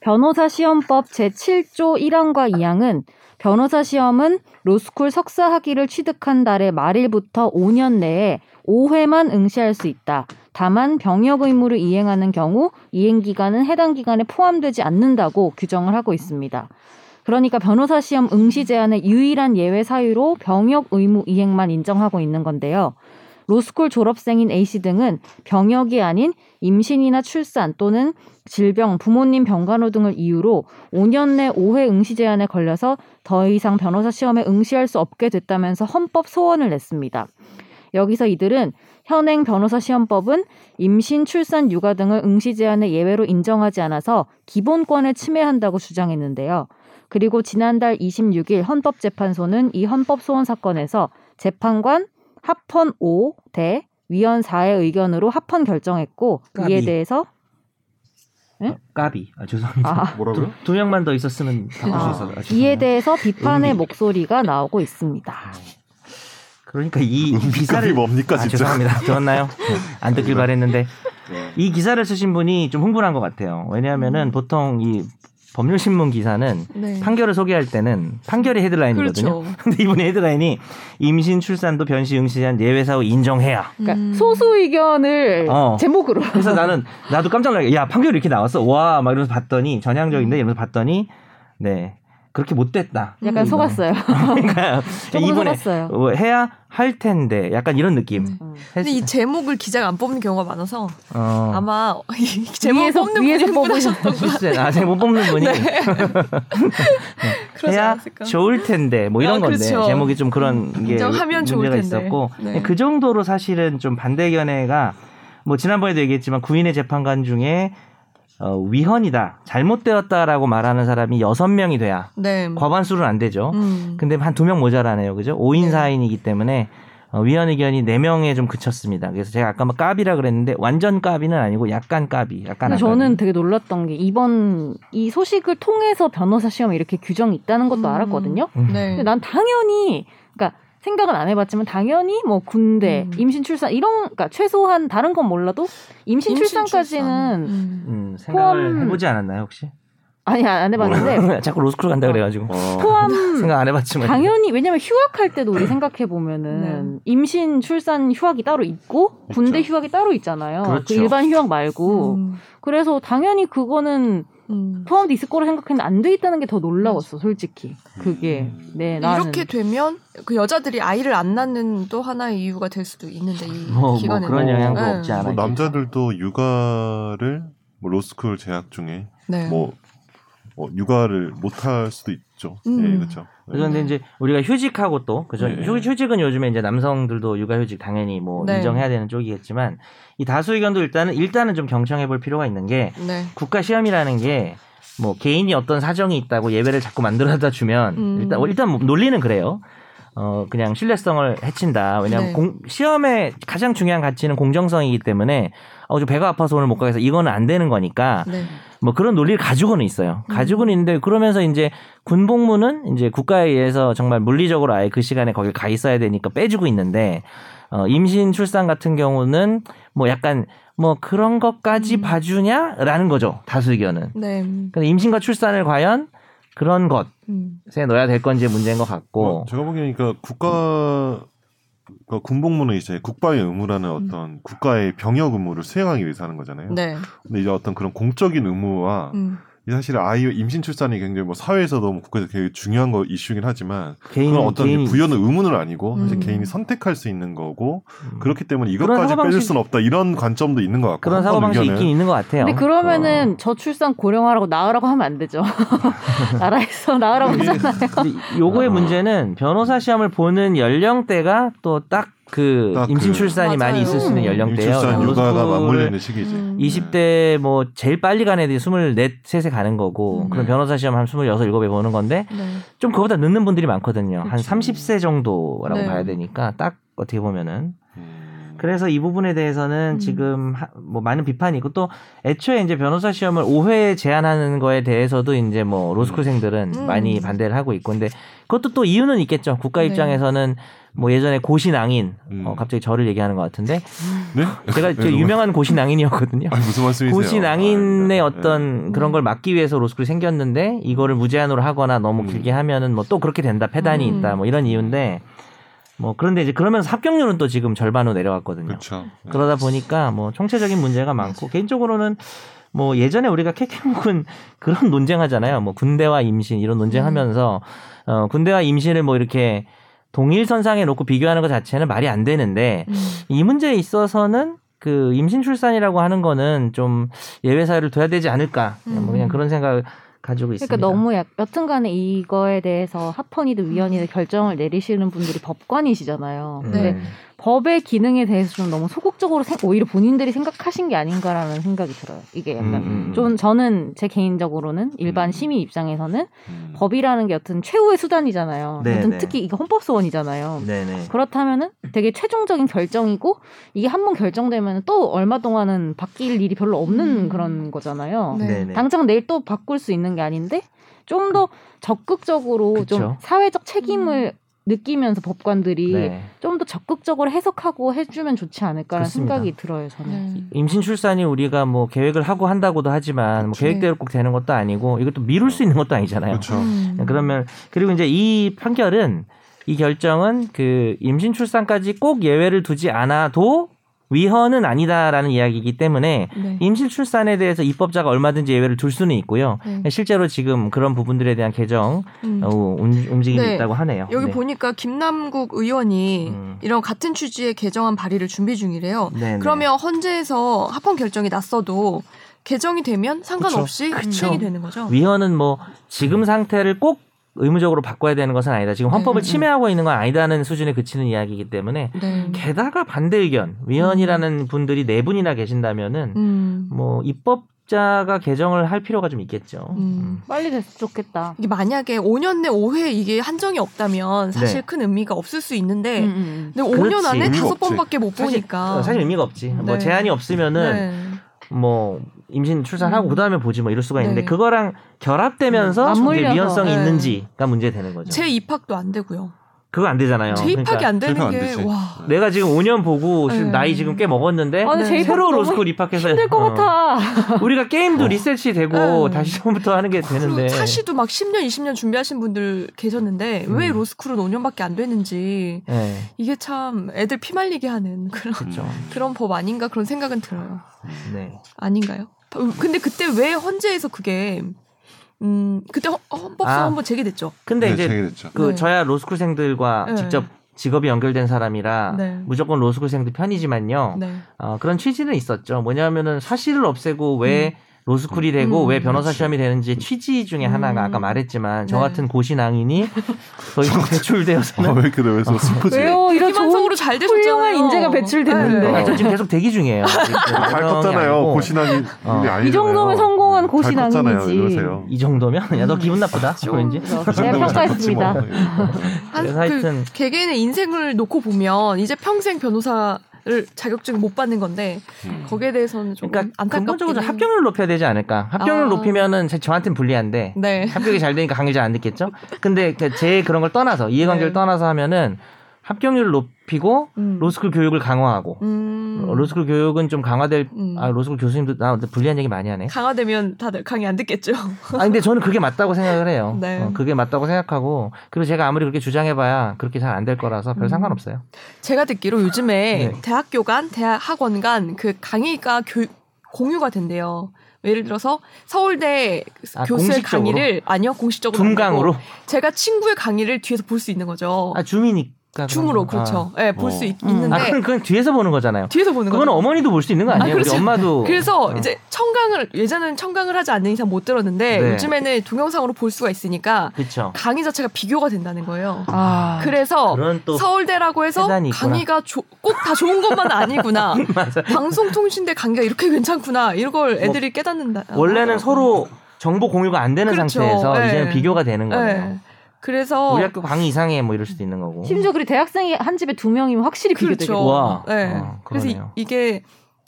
변호사 시험법 제7조 1항과 2항은 변호사 시험은 로스쿨 석사 학위를 취득한 달의 말일부터 5년 내에 5회만 응시할 수 있다. 다만 병역 의무를 이행하는 경우 이행 기간은 해당 기간에 포함되지 않는다고 규정을 하고 있습니다. 그러니까 변호사 시험 응시 제한의 유일한 예외 사유로 병역 의무 이행만 인정하고 있는 건데요. 로스쿨 졸업생인 A씨 등은 병역이 아닌 임신이나 출산 또는 질병, 부모님 병간호 등을 이유로 5년 내 5회 응시 제한에 걸려서 더 이상 변호사 시험에 응시할 수 없게 됐다면서 헌법 소원을 냈습니다. 여기서 이들은 현행 변호사 시험법은 임신, 출산, 육아 등을 응시 제한의 예외로 인정하지 않아서 기본권을 침해한다고 주장했는데요. 그리고 지난달 26일 헌법재판소는 이 헌법소원 사건에서 재판관 합헌 5대 위원 4의 의견으로 합헌 결정했고 이에 까비. 대해서 네? 까비. 아, 죄송합니다. 아, 두, 뭐라고요? 두 명만 더 있었으면 다 아, 가셔서. 아, 이에 죄송해요. 음. 대해서 비판의 은비. 목소리가 나오고 있습니다. 아, <laughs> 그러니까 이 이 기사를 뭡니까 아, 진짜. 죄송합니다. <laughs> 들었나요? 안 듣길 바랬는데 네. 이 기사를 쓰신 분이 좀 흥분한 것 같아요. 왜냐하면은 음. 보통 이 법률 신문 기사는 네. 판결을 소개할 때는 판결이 헤드라인이거든요. 그렇죠. 근데 이분의 헤드라인이 임신 출산도 변시 응시한 예외사고 인정해야. 그러니까 음. 소수 의견을 어. 제목으로 그래서 나는 나도 깜짝 놀라. 야 판결 이렇게 나왔어. 와 막 이러면서 봤더니 전향적인데 이러면서 봤더니 네 그렇게 못됐다. 음. 약간 음. 속았어요. <laughs> 그러니까 조금 이분의 속았어요. 어, 해야 할 텐데 약간 이런 느낌. 네. 음. 근데 이 제목을 기자가 안 뽑는 경우가 많아서 어. 아마 이 제목 위에서- 뽑는 위에서 분이 흥분하셨던 것 실수해. <laughs> 아, 제가 못 뽑는 분이 네. 그러지 해야 않았을까? 좋을 텐데 뭐 이런 아, 건데 그렇죠. 제목이 좀 그런 게 인정하면 좋을 문제가 텐데. 있었고 네. 그 정도로 사실은 좀 반대 견해가 뭐 지난번에도 얘기했지만 구인의 재판관 중에 어, 위헌이다 잘못되었다라고 말하는 사람이 여섯 명이 돼야 네. 과반수는 안 되죠. 음. 근데 한 두 명 모자라네요. 그죠? 5인 네. 4인이기 때문에 어, 위헌 의견이 4명에 좀 그쳤습니다. 그래서 제가 아까 막 까비라 그랬는데 완전 까비는 아니고 약간 까비. 약간 근데 안 저는 까비. 되게 놀랐던 게 이번 이 소식을 통해서 변호사 시험에 이렇게 규정이 있다는 것도 음. 알았거든요. 음. 네. 근데 난 당연히 그러니까 생각은 안 해봤지만 당연히 뭐 군대, 음. 임신, 출산 이런 그러니까 최소한 다른 건 몰라도 임신, 임신, 출산까지는 출산. 음. 음, 생각을 포함- 해보지 않았나요 혹시? 아니 안 네, 해봤는데 <laughs> 자꾸 로스쿨 간다 그래가지고 어, <laughs> 포함 생각 안 해봤지만 당연히 왜냐면 휴학할 때도 우리 생각해 네. 보면은 임신, 출산 휴학이 따로 있고 군대 있죠. 휴학이 따로 있잖아요. 그 그렇죠. 일반 휴학 말고 음. 그래서 당연히 그거는 음. 포함돼 있을 거라 생각했는데 안 돼 있다는 게 더 놀라웠어 솔직히 그게 음. 네 나는 이렇게 되면 그 여자들이 아이를 안 낳는 또 하나의 이유가 될 수도 있는데 이 뭐, 뭐 기간에 그런 뭐, 영향도 네. 없지 않아요. 예. 뭐 남자들도 육아를 뭐 로스쿨 재학 중에 네. 뭐 어, 육아를 못 할 수도 있죠. 음. 예, 그렇죠. 그런데 이제 우리가 휴직하고 또 그죠? 네. 휴, 휴직은 요즘에 이제 남성들도 육아휴직 당연히 뭐 네. 인정해야 되는 쪽이겠지만 이 다수 의견도 일단은 일단은 좀 경청해볼 필요가 있는 게 네. 국가 시험이라는 게 뭐 개인이 어떤 사정이 있다고 예외를 자꾸 만들어다 주면 음. 일단 어, 일단 뭐 논리는 그래요. 어 그냥 신뢰성을 해친다. 왜냐하면 네. 공- 시험의 가장 중요한 가치는 공정성이기 때문에 어저 배가 아파서 오늘 못 가겠어. 이거는 안 되는 거니까 네. 뭐 그런 논리를 가지고는 있어요. 음. 가지고는 있는데 그러면서 이제 군복무는 이제 국가에 의해서 정말 물리적으로 아예 그 시간에 거기 가 있어야 되니까 빼주고 있는데 어 임신 출산 같은 경우는 뭐 약간 뭐 그런 것까지 음. 봐주냐라는 거죠 다수 의견은. 네. 근데 임신과 출산을 과연 그런 것에 음. 넣어야 될 건지 문제인 것 어, 같고. 제가 보기에니까 국가 그러니까 군복무는 이제 국가의 의무라는 어떤 국가의 병역 의무를 수행하기 위해서 하는 거잖아요. 음. 네. 근데 이제 어떤 그런 공적인 의무와 음. 이 사실 아이 임신 출산이 굉장히 뭐 사회에서 너무 국가에서 되게 중요한 거 이슈긴 하지만 개인 그건 어떤 개인 부여는 의무는 아니고 사실 음. 개인이 선택할 수 있는 거고 음. 그렇기 때문에 그런 이것까지 사고방식- 빼줄 수는 없다 이런 관점도 있는 것 같고 그런 한번 사고 방식 이 의견을 있긴 있는 것 같아요. 근데 그러면은 저출산 고령화라고 나으라고 하면 안 <laughs> 되죠 나라에서 네, 나으라고 이게- 하잖아 근데 요거의 아. 문제는 변호사 시험을 보는 연령대가 또 딱 그 딱 임신 그- 출산이 많이 맞아요. 있을 수 있는 음. 임신 연령대예요. 출산 육아가 맞물리는 시기지. 음. 20대 뭐 제일 빨리 간 애들이 24, 3에 가는 거고 음. 그럼 변호사 시험 한 26, 7에 보는 건데 네. 좀 그거보다 늦는 분들이 많거든요. 한 그치. 30세 정도라고 네. 봐야 되니까 딱 어떻게 보면은 음. 그래서 이 부분에 대해서는 음. 지금 하- 뭐 많은 비판이 있고 또 애초에 이제 변호사 시험을 5회 제한하는 거에 대해서도 이제 뭐 로스쿨생들은 음. 많이 반대를 하고 있고 근데 그것도 또 이유는 있겠죠. 국가 네. 입장에서는 뭐 예전에 고시낭인 음. 어, 갑자기 저를 얘기하는 것 같은데 <laughs> 네? 제가 저 너무- 유명한 고시낭인이었거든요. 아니, 무슨 말씀이세요? 고시낭인의 아, 어떤 그런 걸 막기 위해서 로스쿨이 생겼는데 이거를 무제한으로 하거나 너무 음. 길게 하면은 뭐 또 그렇게 된다 폐단이 음. 있다 뭐 이런 이유인데 뭐 그런데 이제 그러면서 합격률은 또 지금 절반으로 내려갔거든요. 그렇죠. 그러다 보니까 뭐 총체적인 문제가 많고 개인적으로는 뭐 예전에 우리가 케케묵은 <laughs> 그런 논쟁하잖아요. 뭐 군대와 임신 이런 논쟁하면서 음. 어 군대와 임신을 뭐 이렇게 동일선상에 놓고 비교하는 것 자체는 말이 안 되는데 음. 이 문제에 있어서는 그 임신 출산이라고 하는 거는 좀 예외 사유를 둬야 되지 않을까 그냥 뭐 그냥 음. 그런 생각을 가지고 있습니다. 그러니까 너무 약, 여튼간에 이거에 대해서 합헌이든 위헌이든 결정을 내리시는 분들이 법관이시잖아요 음. 근데 네. 법의 기능에 대해서 좀 너무 소극적으로 생- 오히려 본인들이 생각하신 게 아닌가라는 생각이 들어요. 이게 약간 음, 좀 저는 제 개인적으로는 일반 음. 시민 입장에서는 음. 법이라는 게 여튼 최후의 수단이잖아요. 네, 여튼 네. 특히 이게 헌법소원이잖아요. 네네. 그렇다면은 되게 최종적인 결정이고 이게 한 번 결정되면 또 얼마 동안은 바뀔 일이 별로 없는 음. 그런 거잖아요. 네. 네네. 당장 내일 또 바꿀 수 있는 게 아닌데 좀 더 적극적으로 좀 그쵸. 사회적 음. 책임을 느끼면서 법관들이 네. 좀 더 적극적으로 해석하고 해주면 좋지 않을까라는 그렇습니다. 생각이 들어요 저는. 네. 임신 출산이 우리가 뭐 계획을 하고 한다고도 하지만 뭐 그쵸. 계획대로 꼭 되는 것도 아니고 이것도 미룰 수 있는 것도 아니잖아요. 그렇죠. 음. 그러면 그리고 이제 이 판결은 이 결정은 그 임신 출산까지 꼭 예외를 두지 않아도 위헌은 아니다라는 이야기이기 때문에 네. 임신 출산에 대해서 입법자가 얼마든지 예외를 둘 수는 있고요. 네. 실제로 지금 그런 부분들에 대한 개정 음. 어, 움- 움직임이 네. 있다고 하네요. 여기 네. 보니까 김남국 의원이 음. 이런 같은 취지의 개정안 발의를 준비 중이래요. 네네. 그러면 헌재에서 합헌 결정이 났어도 개정이 되면 상관없이 그쵸. 시행이 되는 거죠. 위헌은 뭐 지금 상태를 꼭 의무적으로 바꿔야 되는 것은 아니다. 지금 헌법을 네, 네, 네. 침해하고 있는 건 아니다는 수준에 그치는 이야기이기 때문에 네. 게다가 반대 의견 위헌이라는 분들이 네 분이나 계신다면은 음. 뭐 입법자가 개정을 할 필요가 좀 있겠죠. 음. 빨리 됐으면 좋겠다. 이게 만약에 5년 내 5회 이게 한정이 없다면 사실 네. 큰 의미가 없을 수 있는데 음, 음, 근데 5년 그렇지. 안에 의미가 다섯 없지. 번밖에 못 사실, 보니까 어, 사실 의미가 없지. 뭐 그러니까. 네. 제한이 없으면은 네. 뭐 임신 출산하고 음. 그다음에 보지 뭐 이럴 수가 있는데 네. 그거랑 결합되면서 음, 이제 맞물려서. 위헌성이 네. 있는지가 문제되는 거죠. 재입학도 안 되고요. 그거 안 되잖아요. 재입학이 그러니까 안 되는 재입학 안 게 되지. 네. 음. 와. 내가 지금 5년 보고 지금 네. 나이 지금 꽤 먹었는데 아, 근데 네. 제일 새로 너무 로스쿨 입학해서 힘들 것 어. 같아. 우리가 게임도 어. 리셋이 되고 네. 다시 처음부터 하는 게 그리고 되는데 사시도 막 10년, 20년 준비하신 분들 계셨는데 왜 음. 로스쿨은 5년밖에 안 되는지 네. 이게 참 애들 피말리게 하는 그런 그렇죠. 네, 그런 법 아닌가 그런 생각은 들어요. 음. 네. 아닌가요? 어, 근데 그때 왜 헌재에서 그게 음 그때 헌- 헌법소 아. 한번 제기됐죠. 근데 네, 이제 제기됐죠. 그 네. 저야 로스쿨생들과 네. 직접 직업이 연결된 사람이라 네. 무조건 로스쿨생들 편이지만요. 네. 어, 그런 취지는 있었죠. 뭐냐면은 사실을 없애고 왜 로스쿨이 되고 음, 왜 변호사 그치. 시험이 되는지 취지 중에 음. 하나가 아까 말했지만 저 네. 같은 고시낭인이 거의 아, 배출되어서는 왜 그래? 왜서 슬프지? 왜요? 어, 이런 좋은 희망성으로 잘 네. 되셨죠. 훌륭한 인재가 배출됐는데 아, 저 지금 계속 <laughs> 대기 중이에요. 네. 잘 그런 게 컸잖아요. 아니고 고시나니 어. 일이 아니잖아요. 이 정도면 성공한 잘 컸잖아요. 고시낭이지. 이러세요. 이 정도면 야 너 기분 아, 나쁘다. 좀 왠지. 그렇죠. 제가 네, 뭐. 평가했습니다. 한, 어, 그래서 하여튼 그 개개인의 인생을 놓고 보면 이제 평생 변호사를 자격증 못 받는 건데 네. 음. 거기에 대해서는 좀 그러니까 안타깝게 근본적으로 좀 합격률 높여야 되지 않을까? 합격률 아. 높이면은 제- 저한테는 불리한데 네. 합격이 잘 되니까 강의 잘 안 듣겠죠? 근데 그제 그런 걸 떠나서 이해관계를 네. 떠나서 하면은 합격률을 높이고 음. 로스쿨 교육을 강화하고 음. 어, 로스쿨 교육은 좀 강화될 음. 아 로스쿨 교수님도 나 근데 불리한 얘기 많이 하네. 강화되면 다들 강의 안 듣겠죠. 아 근데 저는 그게 맞다고 생각을 해요. 네. 어, 그게 맞다고 생각하고 그리고 제가 아무리 그렇게 주장해봐야 그렇게 잘 안 될 거라서 별 음. 상관없어요. <laughs> 제가 듣기로 요즘에 네. 대학교 간, 대학 학원 간 그 강의가 교, 공유가 된대요. 예를 들어서 서울대 아, 교수의 공식적으로? 강의를 아니요 공식적으로 안 둔강으로 되고 어. 제가 친구의 강의를 뒤에서 볼 수 있는 거죠. 아 줌이니까 줌으로 그런 그렇죠. 거. 예, 볼 수 어. 음. 있는데 아, 아 그건, 그건 뒤에서 보는 거잖아요. 뒤에서 보는 그건 거죠. 어머니도 볼 수 있는 거 아니에요? 아, 우리 그렇죠. 엄마도 <laughs> 그래서 어. 이제 청강을 예전에는 청강을 하지 않는 이상 못 들었는데 네. 요즘에는 동영상으로 볼 수가 있으니까 그렇죠. 강의 자체가 비교가 된다는 거예요. 아, 어, 그래서 그런 또 서울대라고 해서 세단이 있구나. 강의가 꼭 다 좋은 것만 아니구나. <laughs> 맞아. 방송통신대 강의가 이렇게 괜찮구나. 이걸 뭐, 애들이 깨닫는다. 원래는 서로 정보 공유가 안 되는 그렇죠. 상태에서 네. 이제는 비교가 되는 거예요. 네. 그래서 우리 학교 강의 이상해 뭐 이럴 수도 있는 거고. 심지어 그리 대학생이 한 집에 두 명이면 확실히 비교되겠다. 그렇죠. 와. 네. 어, 그래서 이, 그러네요. 이게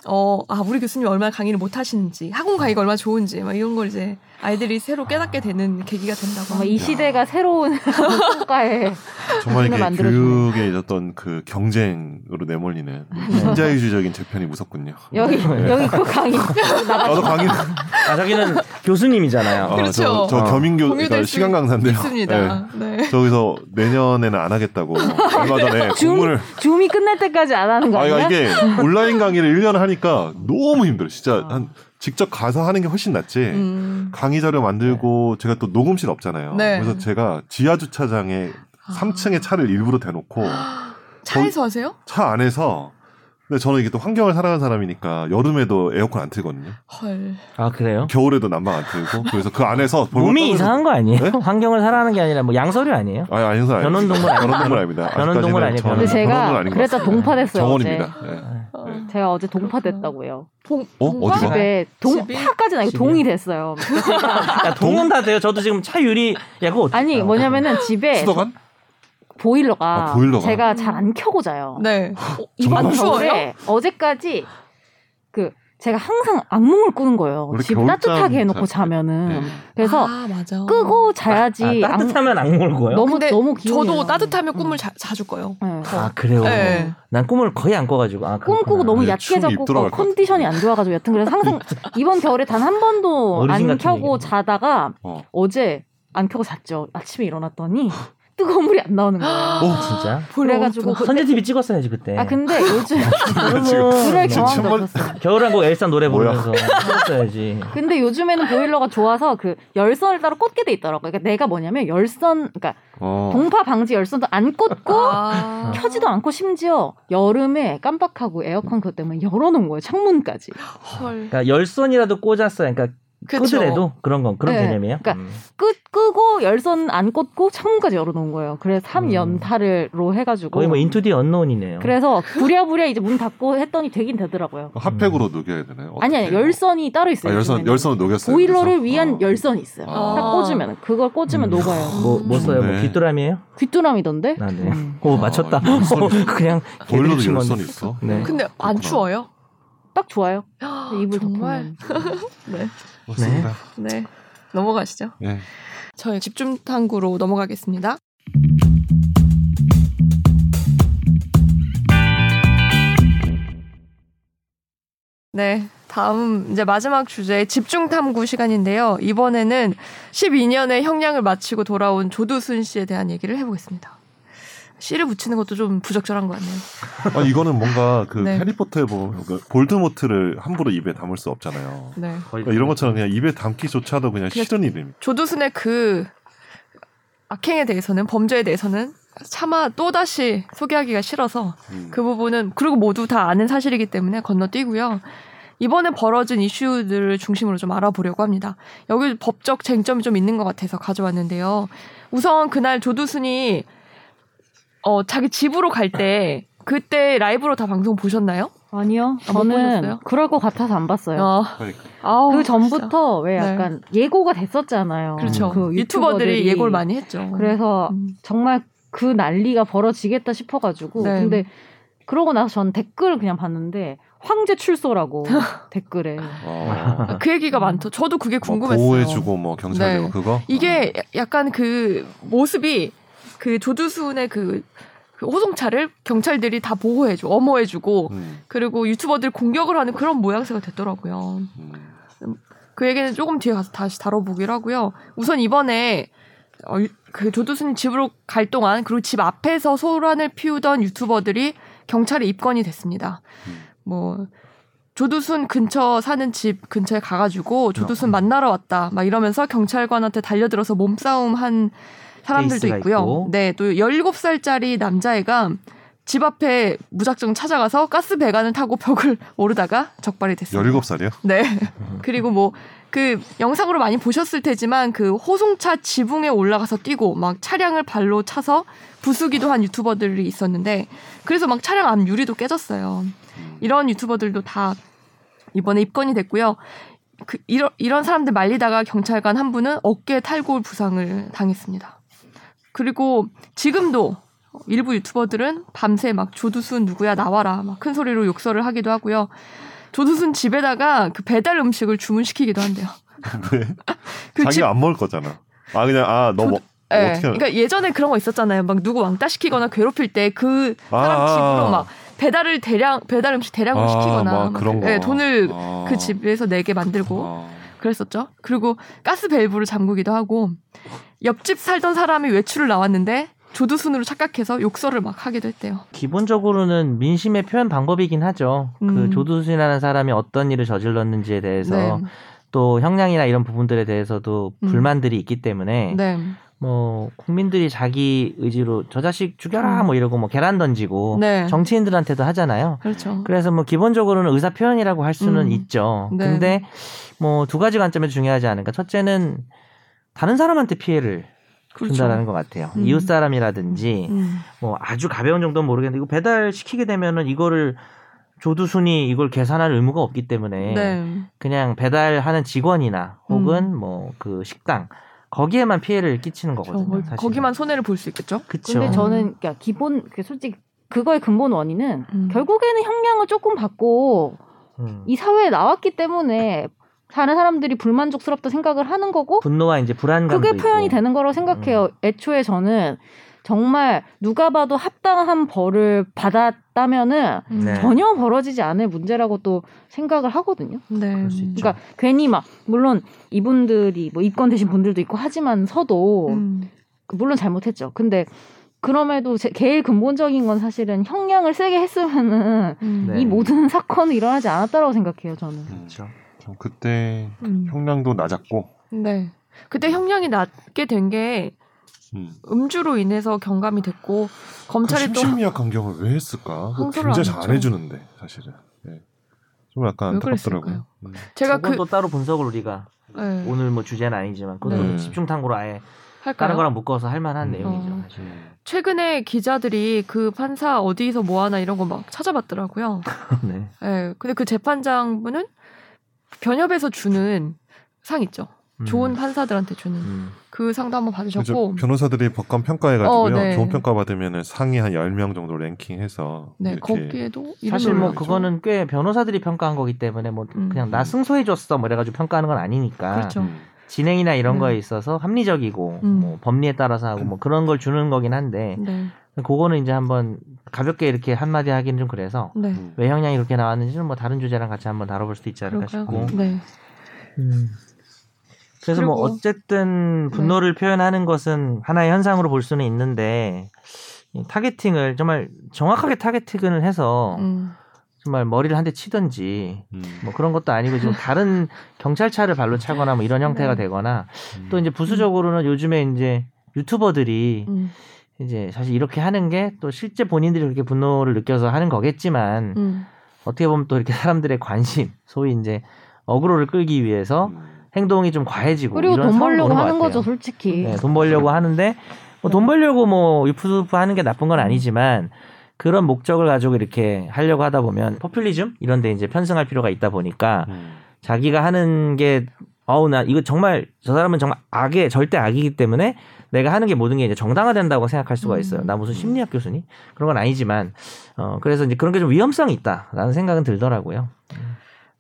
어, 아, 우리 교수님 얼마나 강의를 못 하시는지, 어. 학원 강의가 얼마나 좋은지, 막 이런 걸 이제 아이들이 새로 깨닫게 되는 계기가 된다고. 아마 합니다. 이 시대가 새로운 <laughs> 국가에 정말 정말 이게 만들어주네요. 교육에 있었던 그 경쟁으로 내몰리는 네. 인자유주의적인 재편이 무섭군요. 여기 여기 그 강의 <laughs> 나도 강의 아 저기는 교수님이잖아요. 아, 그렇죠. 저, 저 어. 겸임교 공유될 그러니까 수 시간 강사인데요. 있습니다. 아, 네. 네. 저기서 내년에는 <laughs> 안 하겠다고 얼마 전에 줌 공문을 줌이 끝날 때까지 안 하는 거 아, 아니야? 그러니까 <laughs> 이게 온라인 강의를 1년 하니까 너무 힘들어. 진짜 한 직접 가서 하는 게 훨씬 낫지. 아. 음. 강의 자료 만들고 제가 또 녹음실 없잖아요. 네. 그래서 제가 지하 주차장에 아. <laughs> 3층에 차를 일부러 대놓고 차에서 하세요? 차 안에서 근데 저는 이게 또 환경을 사랑하는 사람이니까 여름에도 에어컨 안 틀거든요. 네. 헐. 아 그래요? 겨울에도 난방 안 틀고 그래서 그 안에서 벌벌 몸이 떨면서- 이상한 거 아니에요? 네? 환경을 사랑하는 게 아니라 뭐 양서류 아니에요? 아니 아니 사 변온동물 아니에요? 변온동물 아닙니다. 변온동물 아직까지는 근데 저는 변온동물 아니에요? 근데 제가 아닌 것 그래서 같습니다. 동파됐어요. 정원입니다. 예. 어. 네. 제가 어제 동파됐다고요. 봉, 어? 봉화? 어디가? 집에 집이? 동파까지는 아니고 집이요? 동이 됐어요. 아, 야, 동은 다 돼요. 저도 지금 차 유리 야 그거 어떡해요? 아니 뭐냐면은 집에 수도관? 보일러가, 아, 보일러가. 제가 잘 안 켜고 자요. 네. 어? 정말? 이번 추워요? 겨울에 어제까지 그 제가 항상 악몽을 꾸는 거예요. 원래 집 겨울잠 따뜻하게 해놓고 잘 때. 자면은 네. 그래서 아, 맞아. 끄고 자야지. 아, 악- 따뜻하면 악몽을 꿔요? 너무 근데 너무 기운이 저도 나요. 따뜻하면 꿈을 자, 자주 꿔요. 네. 아 그래요? 네. 난 꿈을 거의 안 꿔가지고 아, 꿈 꾸고 그렇구나. 너무 네, 춤이 약해졌고 입돌아갈 어, 것 같아. 컨디션이 안 좋아가지고 여튼 그래서 항상 이번 겨울에 단 한 번도 어르신 안 같은 켜고 얘기네. 자다가 어. 어제 안 켜고 잤죠. 아침에 일어났더니 뜨거운 물이 안 나오는 <gasps> 거예요. 어, 아, 진짜? 그래가지고 선제 TV 찍었어야지 그때. 아 근데 <laughs> 뭐. 요즘 지금 그럴 지금 경험도 정말- 없었어요. 겨울왕국 엘사 노래 뭐야? 부르면서 찍었어야지. 근데 요즘에는 보일러가 좋아서 그 열선을 따로 꽂게 돼 있더라고요. 그러니까 내가 뭐냐면 열선, 그러니까 어. 동파 방지 열선도 안 꽂고 <laughs> 아. 켜지도 않고 심지어 여름에 깜빡하고 에어컨 그것 때문에 열어놓은 거예요. 창문까지. 헐. 그러니까 열선이라도 꽂았어요. 그러니까 그쵸. 끄더라도 그런 건 그런 네. 개념이에요. 그러니까 음. 끄, 끄고 열선 안 꽂고 창문까지 열어놓은 거예요. 그래서 음. 3연타를로 해가지고. 거의 뭐 인투디 언노운이네요. 그래서 부랴부랴 이제 문 닫고 했더니 되긴 되더라고요. 핫팩으로 녹여야 되나요? 어떻게 아니 아니 해요? 열선이 따로 있어요. 아, 열선 요즘에는. 열선을 녹였어요. 보일러를 그래서? 위한 어. 열선이 있어요. 아. 딱 꽂으면 그걸 꽂으면 음. 녹아요. 뭐, 뭐 써요? 뭐 네. 귀뚜라미예요? 귀뚜라미던데. 아, 네. 음. 오 맞췄다. 아, 열선이- 그냥 보일러도 개들이 친 건데. 열선이 있어. 네. 근데 안 그렇구나. 추워요? 딱 좋아요. 네, 이불 정말? 덮으면. 네. 맞습니다. <gasps> 네. 넘어가시죠. 네. 저희 집중 탐구로 넘어가겠습니다. 네. 다음 이제 마지막 주제 집중 탐구 시간인데요. 이번에는 12년의 형량을 마치고 돌아온 조두순 씨에 대한 얘기를 해보겠습니다. 씨를 붙이는 것도 좀 부적절한 것 같네요. 아 이거는 뭔가 그 네. 해리포터에 보면 그 볼드모트를 함부로 입에 담을 수 없잖아요. 네. 거의 그러니까 이런 것처럼 그냥 입에 담기조차도 그냥 그냥- 싫은 이름입니다. 조두순의 그 악행에 대해서는 범죄에 대해서는 차마 또 다시 소개하기가 싫어서 음. 그 부분은 그리고 모두 다 아는 사실이기 때문에 건너뛰고요. 이번에 벌어진 이슈들을 중심으로 좀 알아보려고 합니다. 여기 법적 쟁점이 좀 있는 것 같아서 가져왔는데요. 우선 그날 조두순이 어, 자기 집으로 갈 때 그때 라이브로 다 방송 보셨나요? <laughs> 아니요. 아, 못 보셨어요? 저는 그럴 것 같아서 안 봤어요. 어. 그러니까. 아우, 그 진짜. 전부터 왜 네. 약간 예고가 됐었잖아요. 그렇죠. 그 유튜버들이, 예고를 많이 했죠. 그래서 음. 정말 그 난리가 벌어지겠다 싶어가지고. 네. 근데 그러고 나서 전 댓글 그냥 봤는데 <laughs> 황제 출소라고 댓글에. 어. 그 얘기가 많죠. 저도 그게 궁금했어요. 뭐 보호해주고 뭐 경찰 되고 네. 그거 이게 약간 그 모습이 그 조두순의 그, 그 호송차를 경찰들이 다 보호해줘, 어. 엄호해주고 음, 그리고 유튜버들 공격을 하는 그런 모양새가 됐더라고요. 음. 그 얘기는 조금 뒤에 가서 다시 다뤄보기로 하고요. 우선 이번에 어, 유- 그 조두순 집으로 갈 동안 그리고 집 앞에서 소란을 피우던 유튜버들이 경찰에 입건이 됐습니다. 음. 뭐 조두순 근처 사는 집 근처에 가가지고 어. 조두순 만나러 왔다 막 이러면서 경찰관한테 달려들어서 몸싸움 한 사람들도 케이스가 있고요. 있고. 네, 또 17살짜리 남자애가 집 앞에 무작정 찾아가서 가스 배관을 타고 벽을 <laughs> 오르다가 적발이 됐습니다. 17살이요? 네. 그리고 뭐 그 영상으로 많이 보셨을 테지만 그 호송차 지붕에 올라가서 뛰고 막 차량을 발로 차서 부수기도 한 유튜버들이 있었는데 그래서 막 차량 앞 유리도 깨졌어요. 음. 이런 유튜버들도 다 이번에 입건이 됐고요. 그 이런 이런 사람들 말리다가 경찰관 한 분은 어깨 탈골 부상을 당했습니다. 그리고 지금도 일부 유튜버들은 밤새 막 조두순 누구야 나와라 막 큰 소리로 욕설을 하기도 하고요. 조두순 집에다가 그 배달 음식을 주문시키기도 한대요. 왜? 그 자기가 집- 안 먹을 거잖아 아 그냥 아너 저- 뭐, 예. 어떻게 하는 그러니까 예전에 그런 거 있었잖아요. 막 누구 왕따 시키거나 괴롭힐 때 그 사람 아, 집으로 아. 막 배달을 대량 배달 음식 대량으로 아, 시키거나 막 막 그런 거. 예, 돈을 아. 그 집에서 내게 만들고 아. 그랬었죠. 그리고 가스 밸브를 잠그기도 하고 옆집 살던 사람이 외출을 나왔는데 조두순으로 착각해서 욕설을 막 하기도 했대요. 기본적으로는 민심의 표현 방법이긴 하죠. 음. 그 조두순이라는 사람이 어떤 일을 저질렀는지에 대해서 네. 또 형량이나 이런 부분들에 대해서도 음. 불만들이 있기 때문에 네. 뭐 국민들이 자기 의지로 저 자식 죽여라 뭐 이러고 뭐 계란 던지고 음. 네. 정치인들한테도 하잖아요. 그렇죠. 그래서 뭐 기본적으로는 의사 표현이라고 할 수는 음. 있죠. 네. 근데 뭐 두 가지 관점에서 중요하지 않을까. 첫째는 다른 사람한테 피해를 준다라는 것 같아요. 음. 이웃 사람이라든지 음. 뭐 아주 가벼운 정도는 모르겠는데 이거 배달 시키게 되면은 이거를 조두순이 이걸 계산할 의무가 없기 때문에 네. 음. 그냥 배달하는 직원이나 혹은 뭐 그 식당 거기에만 피해를 끼치는 저 거거든요. 뭐 사실은. 거기만 손해를 볼 수 있겠죠. 그쵸. 근데 저는 그러니까 기본 그 솔직히 그거의 근본 원인은 음. 결국에는 형량을 조금 받고 음. 이 사회에 나왔기 때문에 다른 사람들이 불만족스럽다 생각을 하는 거고 분노와 이제 불안감 그게 표현이 되는 거라고 음. 생각해요. 애초에 저는 정말 누가 봐도 합당한 벌을 받았다면은 음. 네. 전혀 벌어지지 않을 문제라고 또 생각을 하거든요. 네. 그럴 수 있죠. 그러니까 괜히 막 물론 이분들이 뭐 입건 되신 분들도 있고 뭐 하지만서도 음. 물론 잘못했죠. 근데 그럼에도 제, 제일 근본적인 건 사실은 형량을 세게 했으면은 음. 네. 이 모든 사건은 일어나지 않았다라고 생각해요. 저는. 음, 그렇죠. 좀 그때 음. 형량도 낮았고 네. 그때 형량이 낮게 된 게 음. 그 음주로 인해서 경감이 됐고 그 검찰이 또 심리학 강경을 왜 했을까? 그거 항소를 굉장히 안 했죠. 잘 해주는데 사실은 예. 좀 약간 왜 안타깝더라고요. 음. 제가 그 그건 또 따로 분석을 우리가 네. 오늘 뭐 주제는 아니지만 그것도 네. 집중 탐구로 아예 다른 할까요? 거랑 묶어서 할 만한 음. 내용이죠. 어. 사실. 최근에 기자들이 그 판사 어디서 뭐 하나 이런 거 막 찾아봤더라고요. 네. 예. 근데 그 재판장분은 변협에서 주는 상 있죠. 음. 좋은 판사들한테 주는 음. 그 상도 한번 받으셨고. 그래서 변호사들이 법관 평가해가지고요. 어, 네. 좋은 평가 받으면 상위 한 10명 정도 랭킹해서 네, 이렇게 거기에도 이름을 사실 뭐 올려가지고. 그거는 꽤 변호사들이 평가한 거기 때문에 뭐 음. 그냥 나 승소해 줬어 뭐 이래가지고 평가하는 건 아니니까 그렇죠. 음. 진행이나 이런 네. 거에 있어서 합리적이고 음. 뭐 법리에 따라서 하고 뭐 그런 걸 주는 거긴 한데 네. 그거는 이제 한번 가볍게 이렇게 한마디 하기는 좀 그래서 네. 음. 왜 형량이 이렇게 나왔는지는 뭐 다른 주제랑 같이 한번 다뤄볼 수도 있지 않을까 그럴까요? 싶고 네. 음. 그래서 뭐 그리고- 네. 어쨌든 분노를 표현하는 것은 하나의 현상으로 볼 수는 있는데 이 타겟팅을 정말 정확하게 타겟팅을 해서 음. 정말 머리를 한 대 치든지 음. 뭐 그런 것도 아니고 <laughs> 지금 다른 경찰차를 발로 차거나 뭐 이런 형태가 네. 되거나 또 이제 부수적으로는 요즘에 이제 유튜버들이 음. 이제 사실 이렇게 하는 게 또 실제 본인들이 그렇게 분노를 느껴서 하는 거겠지만 음. 어떻게 보면 또 이렇게 사람들의 관심 소위 이제 어그로를 끌기 위해서 음. 행동이 좀 과해지고 그리고 이런 돈 상황이 벌려고 오는 것 하는 같아요. 거죠, 솔직히. 네, 돈 벌려고 하는데 뭐 돈 벌려고 뭐 유프수프 하는 게 나쁜 건 아니지만 그런 목적을 가지고 이렇게 하려고 하다 보면 포퓰리즘 이런 데 이제 편승할 필요가 있다 보니까 음. 자기가 하는 게 어우 나 이거 정말 저 사람은 정말 악의 절대 악이기 때문에 내가 하는 게 모든 게 이제 정당화된다고 생각할 수가 있어요. 음. 나 무슨 심리학 교수니 그런 건 아니지만 어 그래서 이제 그런 게 좀 위험성이 있다라는 생각은 들더라고요.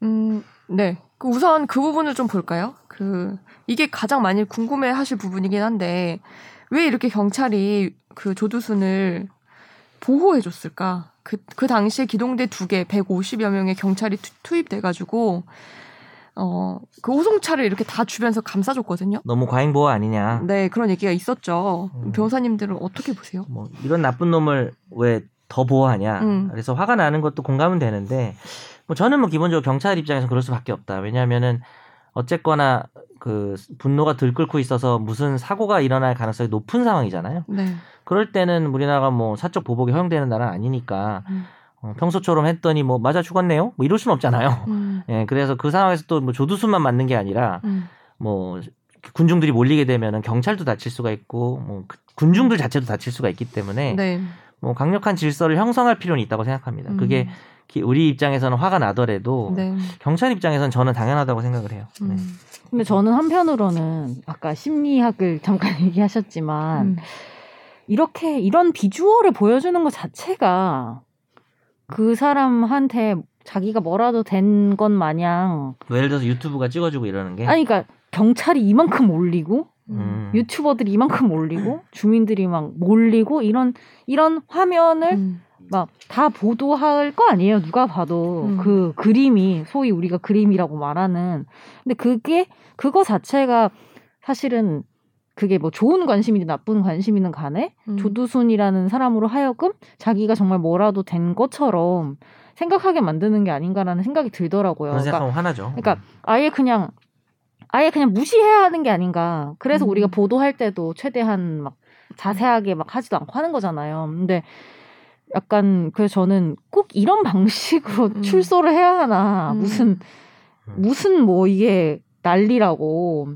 음, 네. 그 우선 그 부분을 좀 볼까요? 그 이게 가장 많이 궁금해 하실 부분이긴 한데 왜 이렇게 경찰이 그 조두순을 보호해 줬을까? 그, 그 당시에 기동대 두 개, 150여 명의 경찰이 투, 입돼 가지고 어, 그 호송차를 이렇게 다 주변에서 감싸줬거든요. 너무 과잉 보호 아니냐. 네, 그런 얘기가 있었죠. 음. 변호사님들은 어떻게 보세요? 뭐 이런 나쁜 놈을 왜 더 보호하냐. 음. 그래서 화가 나는 것도 공감은 되는데 뭐 저는 뭐 기본적으로 경찰 입장에서 그럴 수밖에 없다. 왜냐하면은 어쨌거나 그 분노가 들끓고 있어서 무슨 사고가 일어날 가능성이 높은 상황이잖아요. 네. 그럴 때는 우리나라가 뭐 사적 보복이 허용되는 나라 는 아니니까 음. 어, 평소처럼 했더니 뭐 맞아 죽었네요. 뭐 이럴 순 없잖아요. <laughs> 음. 예, 그래서 그 상황에서 또 뭐 조두순만 맞는 게 아니라 음. 뭐 군중들이 몰리게 되면은 경찰도 다칠 수가 있고 뭐 그- 군중들 자체도 다칠 수가 있기 때문에 네. 뭐 강력한 질서를 형성할 필요는 있다고 생각합니다. 음. 그게 기- 우리 입장에서는 화가 나더라도 네. 경찰 입장에서는 저는 당연하다고 생각을 해요. 네. 음. 근데 저는 한편으로는 아까 심리학을 잠깐 <laughs> 얘기하셨지만 음. 이렇게 이런 비주얼을 보여주는 것 자체가 그 사람한테 자기가 뭐라도 된 것 마냥 뭐 예를 들어서 유튜브가 찍어주고 이러는 게 아니 그러니까 경찰이 이만큼 올리고 네. 음. 유튜버들이 이만큼 올리고 주민들이 막 몰리고 이런 이런 화면을 음. 막 다 보도할 거 아니에요 누가 봐도 음. 그 그림이 소위 우리가 그림이라고 말하는 근데 그게 그거 자체가 사실은 그게 뭐 좋은 관심이든 나쁜 관심이든 간에 음. 조두순이라는 사람으로 하여금 자기가 정말 뭐라도 된 것처럼 생각하게 만드는 게 아닌가라는 생각이 들더라고요. 그러니까 그런 생각하면 화나죠. 그러니까 아예 그냥 아예 그냥 무시해야 하는 게 아닌가. 그래서 음. 우리가 보도할 때도 최대한 막 자세하게 막 하지도 않고 하는 거잖아요. 근데 약간 그래서 저는 꼭 이런 방식으로 음. 출소를 해야 음. 하나. 아, 무슨 무슨 뭐 이게 난리라고.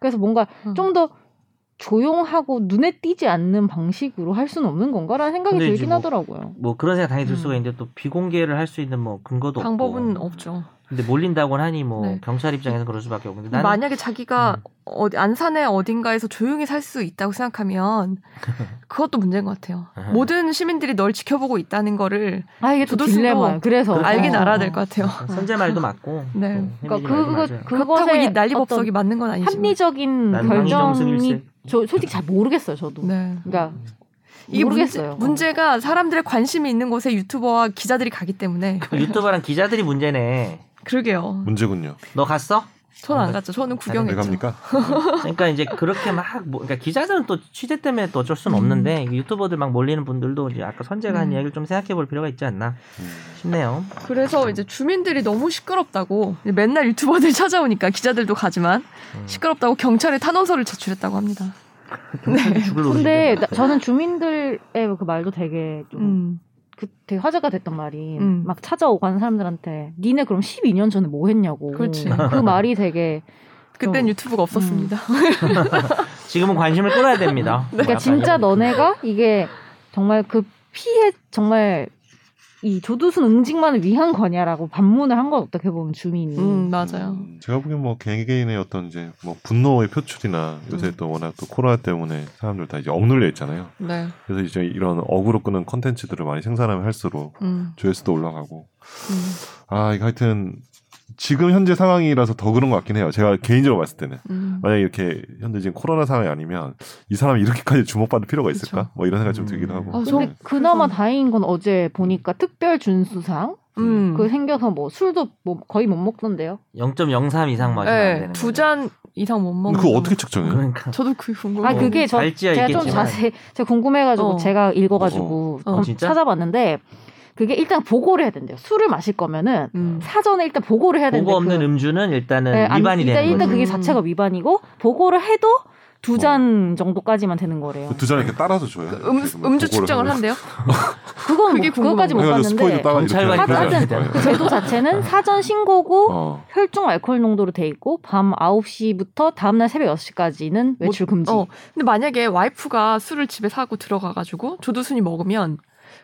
그래서 뭔가 음. 좀 더 조용하고 눈에 띄지 않는 방식으로 할 수는 없는 건가라는 생각이 근데 이제 들긴 뭐 하더라고요. 뭐 그런 생각 당연히 들 수가 음. 있는데 또 비공개를 할 수 있는 뭐 근거도 방법은 없고. 없죠. 근데 몰린다고는 하니 뭐 네. 경찰 입장에서 그럴 수밖에 없는데 나는 만약에 자기가 음. 어디 안산의 어딘가에서 조용히 살 수 있다고 생각하면 그것도 문제인 것 같아요. 모든 시민들이 널 지켜보고 있다는 거를 아 이게 또 저도 스스로 딜레마. 그래서 그렇죠. 알긴 어. 알아야 될 것 같아요. 음. 선제 말도 <laughs> 맞고 네. 또 그러니까 혜민이 그거 말도 <laughs> 맞아요. 그거에 그렇다고 이 난리 어떤 법석이 맞는 건 아니지만. 합리적인 난 방위정승일세. 음. 결정이 저 솔직히 잘 모르겠어요 저도. 네. 그러니까 이게 모르겠어요. 문제, 가 사람들의 관심이 있는 곳에 유튜버와 기자들이 가기 때문에 그 유튜버랑 기자들이 문제네. 그러게요. 문제군요. 너 갔어? 저는 안 갔죠. 저는 왜 구경했죠. 갑니까? 그러니까 이제 그렇게 막 뭐, 그러니까 기자들은 또 취재 때문에 또 어쩔 수는 음. 없는데 이게 유튜버들 막 몰리는 분들도 이제 아까 선재가 한 음. 이야기를 좀 생각해 볼 필요가 있지 않나 음. 싶네요. 그래서 이제 주민들이 너무 시끄럽다고 맨날 유튜버들 <laughs> 찾아오니까 기자들도 가지만 음. 시끄럽다고 경찰에 탄원서를 제출했다고 합니다. 경찰도 죽을 근데 노릇인데. 나- 저는 주민들의 그 말도 되게 좀 음. 그 되게 화제가 됐던 말이 음. 막 찾아오고 하는 사람들한테 니네 그럼 12년 전에 뭐 했냐고 그렇지. 그 말이 되게 그땐 좀- 유튜브가 없었습니다. 지금은 관심을 끌어야 됩니다. 뭐 그러니까 아, 진짜 너네가 이게 정말 그 피해 정말 이 조두순 응징만을 위한 거냐라고 반문을 한 건 어떻게 보면 주민이 음, 맞아요. 음, 제가 보기엔 뭐 개개인의 어떤 이제 뭐 분노의 표출이나 요새 음. 또 워낙 또 코로나 때문에 사람들 다 이제 억눌려 있잖아요. 네. 그래서 이제 이런 억으로 끄는 컨텐츠들을 많이 생산하면 할수록 음, 조회수도 올라가고 음, 아 이거 하여튼 지금 현재 상황이라서 더 그런 것 같긴 해요. 제가 개인적으로 봤을 때는 음. 만약에 이렇게 현재 지금 코로나 상황이 아니면 이 사람이 이렇게까지 주목받을 필요가 있을까? 그렇죠. 뭐 이런 생각이 좀 들기도 음. 하고. 아, 저- 근데 네. 그나마 그래서- 다행인 건 어제 보니까 특별 준수상 음. 그 생겨서 뭐 술도 뭐 거의 못 먹던데요. 0.03 이상 마시면 안 되는 네, 두 거죠. 잔 이상 못 먹는. 음, 그거 거. 어떻게 측정해요? 그러니까 저도 그게 궁금해요. 아 그게 저 발찌야 제가 좀 있겠지만. 자세히 제가 궁금해가지고 어. 제가 읽어가지고 어. 어, 한번 아, 진짜? 찾아봤는데 그게 일단 보고를 해야 된대요. 술을 마실 거면은 음. 사전에 일단 보고를 해야 된대. 보고 없는 그- 음주는 일단은 네, 안- 위반이 일단, 되는 어. 일단 거죠. 그게 음. 자체가 위반이고 보고를 해도 두 잔 정도까지만 되는 거래요. 그 두 잔 이렇게 따라서 줘요. 음, 음주 측정을 한대요? 그건 그게 뭐, 그것까지 못 궁금해요. 그래가지고 봤는데 스포이드 따라 이렇게 경찰관이 하는 거예요. 따라하는 거예요. 그 제도 어. 자체는 사전 신고고 어. 혈중 알코올 농도로 돼 있고 밤 9시부터 다음날 새벽 6시까지는 외출 금지. 어. 근데 만약에 와이프가 술을 집에 사고 들어가가지고 조두순이 먹으면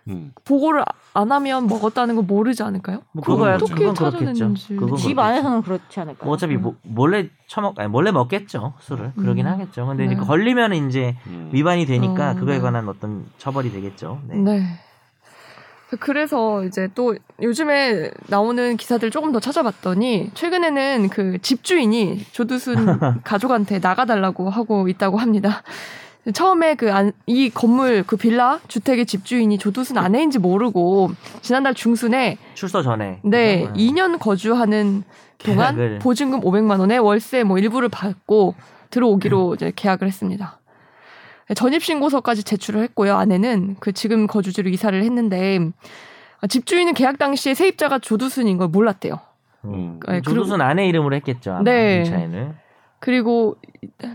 음. 보고를 안 하면 먹었다는 거 모르지 않을까요? 뭐 그건 그거야. 어떻게 그건 그렇겠죠. 찾아냈는지. 그건 집 그렇겠죠. 안에서는 음. 그렇지 않을까요? 뭐 어차피 뭐, 몰래 처먹 아니 몰래 먹겠죠 술을 그러긴 음. 하겠죠. 근데 네. 이제 걸리면 이제 음. 위반이 되니까 어, 그거에 네. 관한 어떤 처벌이 되겠죠. 네. 네. 그래서 이제 또 요즘에 나오는 기사들 조금 더 찾아봤더니 최근에는 그 집주인이 조두순 가족한테 나가달라고 하고 있다고 합니다. 처음에 그 안, 이 건물 그 빌라 주택의 집주인이 조두순 아내인지 모르고 지난달 중순에 출소 전에. 네 그죠? 2년 거주하는 동안 계약을. 보증금 500만 원에 월세 뭐 일부를 받고 들어오기로 이제 계약을 했습니다. 네, 전입 신고서까지 제출을 했고요. 아내는 그 지금 거주지로 이사를 했는데 집주인은 계약 당시에 세입자가 조두순인 걸 몰랐대요. 음. 네, 그리고- 조두순 아내 이름으로 했겠죠. 아마 네. 네. 차에는. 그리고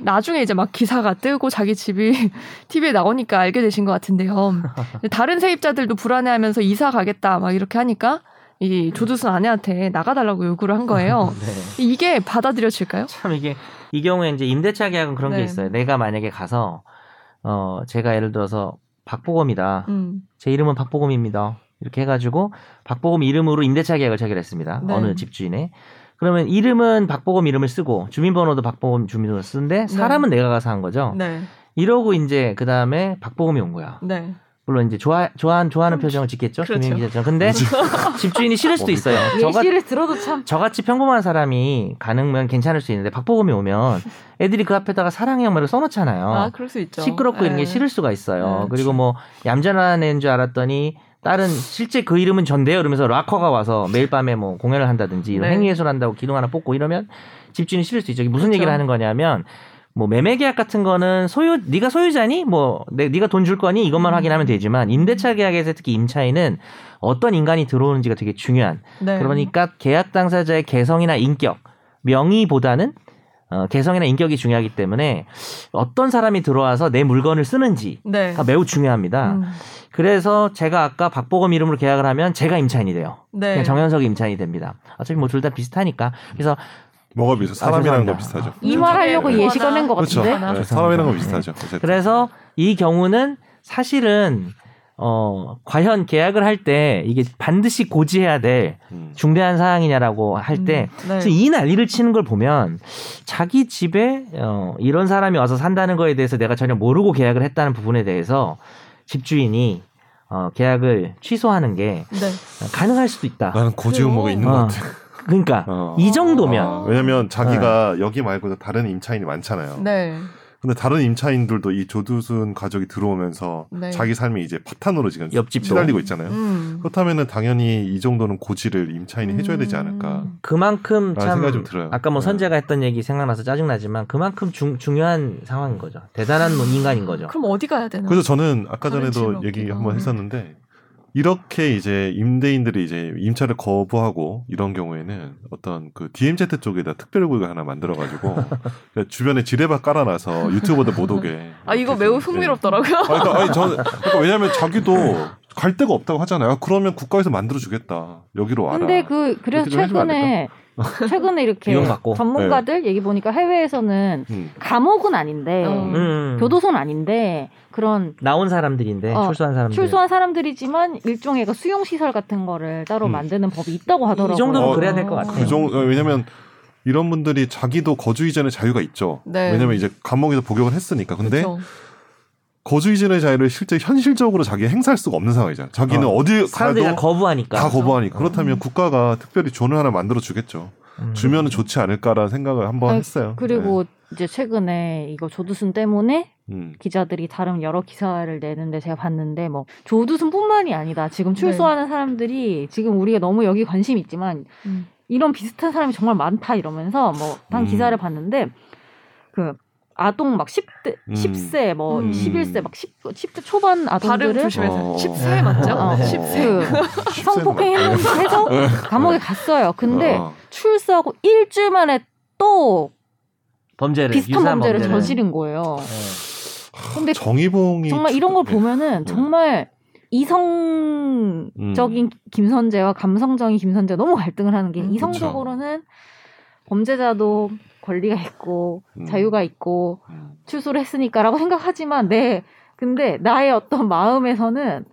나중에 이제 막 기사가 뜨고 자기 집이 <laughs> TV에 나오니까 알게 되신 것 같은데요. 근데 다른 세입자들도 불안해하면서 이사 가겠다 막 이렇게 하니까 이 조두순 아내한테 나가달라고 요구를 한 어. 거예요. 네. 이게 받아들여질까요? 참 이게 이 경우에 이제 임대차 계약은 그런 네. 게 있어요. 내가 만약에 가서 어 제가 예를 들어서 박보검이다. 음. 제 이름은 박보검입니다. 이렇게 해가지고 박보검 이름으로 임대차 계약을 체결했습니다. 네. 어느 집주인의. 그러면 이름은 박보검 이름을 쓰고 주민번호도 박보검 주민번호 쓰는데 사람은 내가 가서 한 거죠. 네, 이러고 이제 그 다음에 박보검이 온 거야. 네. 물론 이제 좋아 좋아한 좋아하는 표정을 짓겠죠. 그렇죠. 주민 기자처럼. 근데 <laughs> 집주인이 싫을 수도 <laughs> 있어요. 저가 예시를 들어도 참 저같이 평범한 사람이 가능면 괜찮을 수 있는데 박보검이 오면 애들이 그 앞에다가 사랑의 말을 써놓잖아요. 아, 그럴 수 있죠. 어. 시끄럽고 이런 게 예. 싫을 수가 있어요. 네. 그리고 뭐 얌전한 애인 줄 알았더니 딸은 실제 그 이름은 전데요. 이러면서 락커가 와서 매일 밤에 뭐 공연을 한다든지 이런 네. 행위예술 한다고 기둥 하나 뽑고 이러면 집주인이 싫을 수 있죠. 이게 무슨 그렇죠. 얘기를 하는 거냐면 뭐 매매 계약 같은 거는 소유 네가 소유자니 뭐 내, 네가 돈 줄 거니 이것만 음. 확인하면 되지만 임대차 계약에서 특히 임차인은 어떤 인간이 들어오는지가 되게 중요한 네. 그러니까 계약 당사자의 개성이나 인격, 명의보다는 어, 개성이나 인격이 중요하기 때문에 어떤 사람이 들어와서 내 물건을 쓰는지가 네. 매우 중요합니다. 음. 그래서 제가 아까 박보검 이름으로 계약을 하면 제가 임차인이 돼요. 네. 그냥 정현석이 임차인이 됩니다. 어차피 뭐 둘 다 비슷하니까. 그래서 뭐가 비슷해? 사람이라는 거 죄송합니다. 비슷하죠. 이 말하려고 네. 예시 꺼낸 것 그렇죠. 같은데. 하나? 네, 사람이라는 거 비슷하죠. 어쨌든. 그래서 이 경우는 사실은 어 과연 계약을 할 때 이게 반드시 고지해야 될 음. 중대한 사항이냐라고 할 때 음, 네. 그래서 이 난리를 치는 걸 보면 자기 집에 어, 이런 사람이 와서 산다는 거에 대해서 내가 전혀 모르고 계약을 했다는 부분에 대해서 집주인이 어, 계약을 취소하는 게 네. 가능할 수도 있다. 나는 고지의무가 있는 것 어, 아. 같아. 그러니까 어. 이 정도면 네. 아, 왜냐면 자기가 여기 말고도 다른 임차인이 많잖아요. 네. 근데 다른 임차인들도 이 조두순 가족이 들어오면서 네. 자기 삶이 이제 파탄으로 지금 옆집도. 시달리고 있잖아요. 음. 그렇다면은 당연히 이 정도는 고지를 임차인이 해줘야 되지 않을까. 음. 그만큼 라는 참 생각이 좀 들어요. 아까 뭐 네. 선재가 했던 얘기 생각나서 짜증나지만 그만큼 중, 중요한 상황인 거죠. 대단한 인간인 거죠. 그럼 어디 가야 되나? 그래서 저는 아까 다른 전에도 집은 얘기 없기도 한번 하고. 했었는데 이렇게 이제 임대인들이 이제 임차를 거부하고 이런 경우에는 어떤 그 DMZ 쪽에다 특별구역을 <laughs> 하나 만들어가지고 그냥 주변에 지뢰밭 깔아놔서 유튜버들 못 오게. 아 이거 이렇게 매우 좀, 흥미롭더라고요. 네. 아니, 그러니까, 아니, 저는 그러니까 왜냐하면 자기도 갈 데가 없다고 하잖아요. 아, 그러면 국가에서 만들어주겠다. 여기로 와라. 근데 그 그래서 그렇죠. 그렇게 좀 해주면 안 최근에 <laughs> 최근에 이렇게 이건 맞고. 전문가들 네. 얘기 보니까 해외에서는 음. 감옥은 아닌데 어. 음, 음. 교도소는 아닌데 그런 나온 사람들인데 어, 출소한 사람들. 출소한 사람들이지만 일종의 그 수용 시설 같은 거를 따로 음. 만드는 법이 있다고 하더라고요. 이 정도면 어, 그래야 될 것 같아요. 그 종, 어, 왜냐면 이런 분들이 자기도 거주 이전의 자유가 있죠. 네. 왜냐면 이제 감옥에서 복역을 했으니까. 근데 그쵸. 거주 이전의 자유를 실제 현실적으로 자기 행사할 수가 없는 상황이잖아. 자기는 어. 어. 디 사람들이 다 가도 거부하니까. 다 거부하니까. 그렇다면 음. 국가가 특별히 존을 하나 만들어 주겠죠. 음. 주면은 좋지 않을까라는 생각을 한번 아니, 했어요. 그리고 이제 최근에 이거 조두순 때문에 네. 음. 기자들이 다른 여러 기사를 내는데 제가 봤는데 뭐 조두순뿐만이 아니다. 지금 네. 출소하는 사람들이 지금 우리가 너무 여기 관심 있지만 음. 이런 비슷한 사람이 정말 많다 이러면서 뭐 한 음. 기사를 봤는데 그 아동 막 10대 음. 10세 뭐 음. 11세 막 10, 10대 초반 발음 아동들을 조심해서 어. 10세 맞죠? 어, 어. 10세. 네. 네. 그 뭐. 성폭행해서 감옥에 갔어요. 근데 아, 어. 출소하고 일주일 만에 또 범죄를 비슷한 네, 유사한 범죄를 범죄를. 저지른 거예요. 예. 근데 정의봉이 정말 이런 걸 네. 보면은 네. 정말 음. 이성적인 김선재와 감성적인 김선재 너무 갈등을 하는 게 음, 이성적으로는 범죄자도 권리가 있고 음. 자유가 있고 음. 출소를 했으니까라고 생각하지만 내 근데 나의 어떤 마음에서는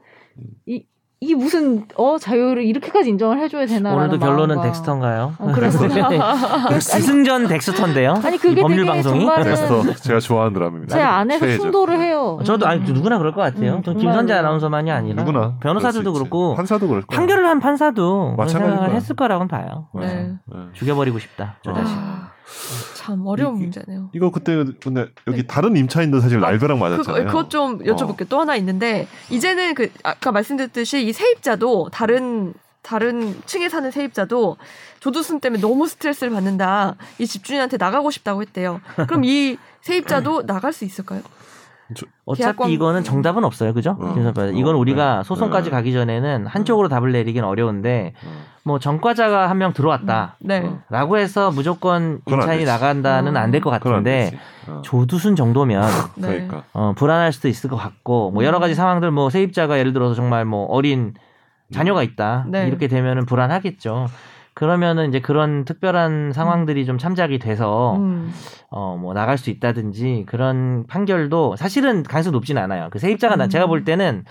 이, 이 무슨 어 자유를 이렇게까지 인정을 해줘야 되나 오늘도 결론은 덱스턴가요? <laughs> 어, 그랬구나. 승전 덱스턴데요. <laughs> 아니 그게 이 법률 되게 방송이. 정말- 그래서 제가 좋아하는 드라마입니다. 제 안에서 최애죠. 충돌을 해요. 어, 저도 아니 누구나 그럴 것 같아요. 음, 전 정말로. 김선재 아나운서만이 아니라 누구나 변호사들도 그럴 수 있지. 그렇고 판사도 그럴 거야. 판결을 한 판사도 그런 마찬가지일 생각을 거야. 했을 거라고는 봐요. 네. 네. 죽여버리고 싶다. 저 어. 자신. 아, 참 어려운 이- 이- 문제네요. 이거 그때 근데 여기 다른 임차인도 사실 날벼락 그거, 맞았잖아요. 그것 좀 어. 여쭤볼게요. 또 하나 있는데 이제는 그 아까 말씀드렸듯이 이 세입자도 다른 다른 층에 사는 세입자도 조두순 때문에 너무 스트레스를 받는다. 이 집주인한테 나가고 싶다고 했대요. 그럼 이 <laughs> 세입자도 나갈 수 있을까요? 어차피 계약권- 이거는 정답은 없어요, 그죠? 어. 김 선배, 어, 이건 우리가 네. 소송까지 네. 가기 전에는 한쪽으로 답을 내리긴 어려운데 어. 뭐 전과자가 한 명 들어왔다. 네. 어. 라고 해서 무조건 그건 안 임차인이 되지. 나간다는 어. 안 될 것 그건 안 같은데 되지. 어. 아, 조두순 정도면 네. 그러니까. 어, 불안할 수도 있을 것 같고 뭐 여러 음. 가지 상황들 뭐 세입자가 예를 들어서 정말 뭐 어린 음. 자녀가 있다 네. 이렇게 되면은 불안하겠죠. 그러면은 이제 그런 특별한 상황들이 좀 참작이 돼서 음. 어 뭐 나갈 수 있다든지 그런 판결도 사실은 가능성이 높진 않아요. 그 세입자가 나- 제가 음. 볼 때는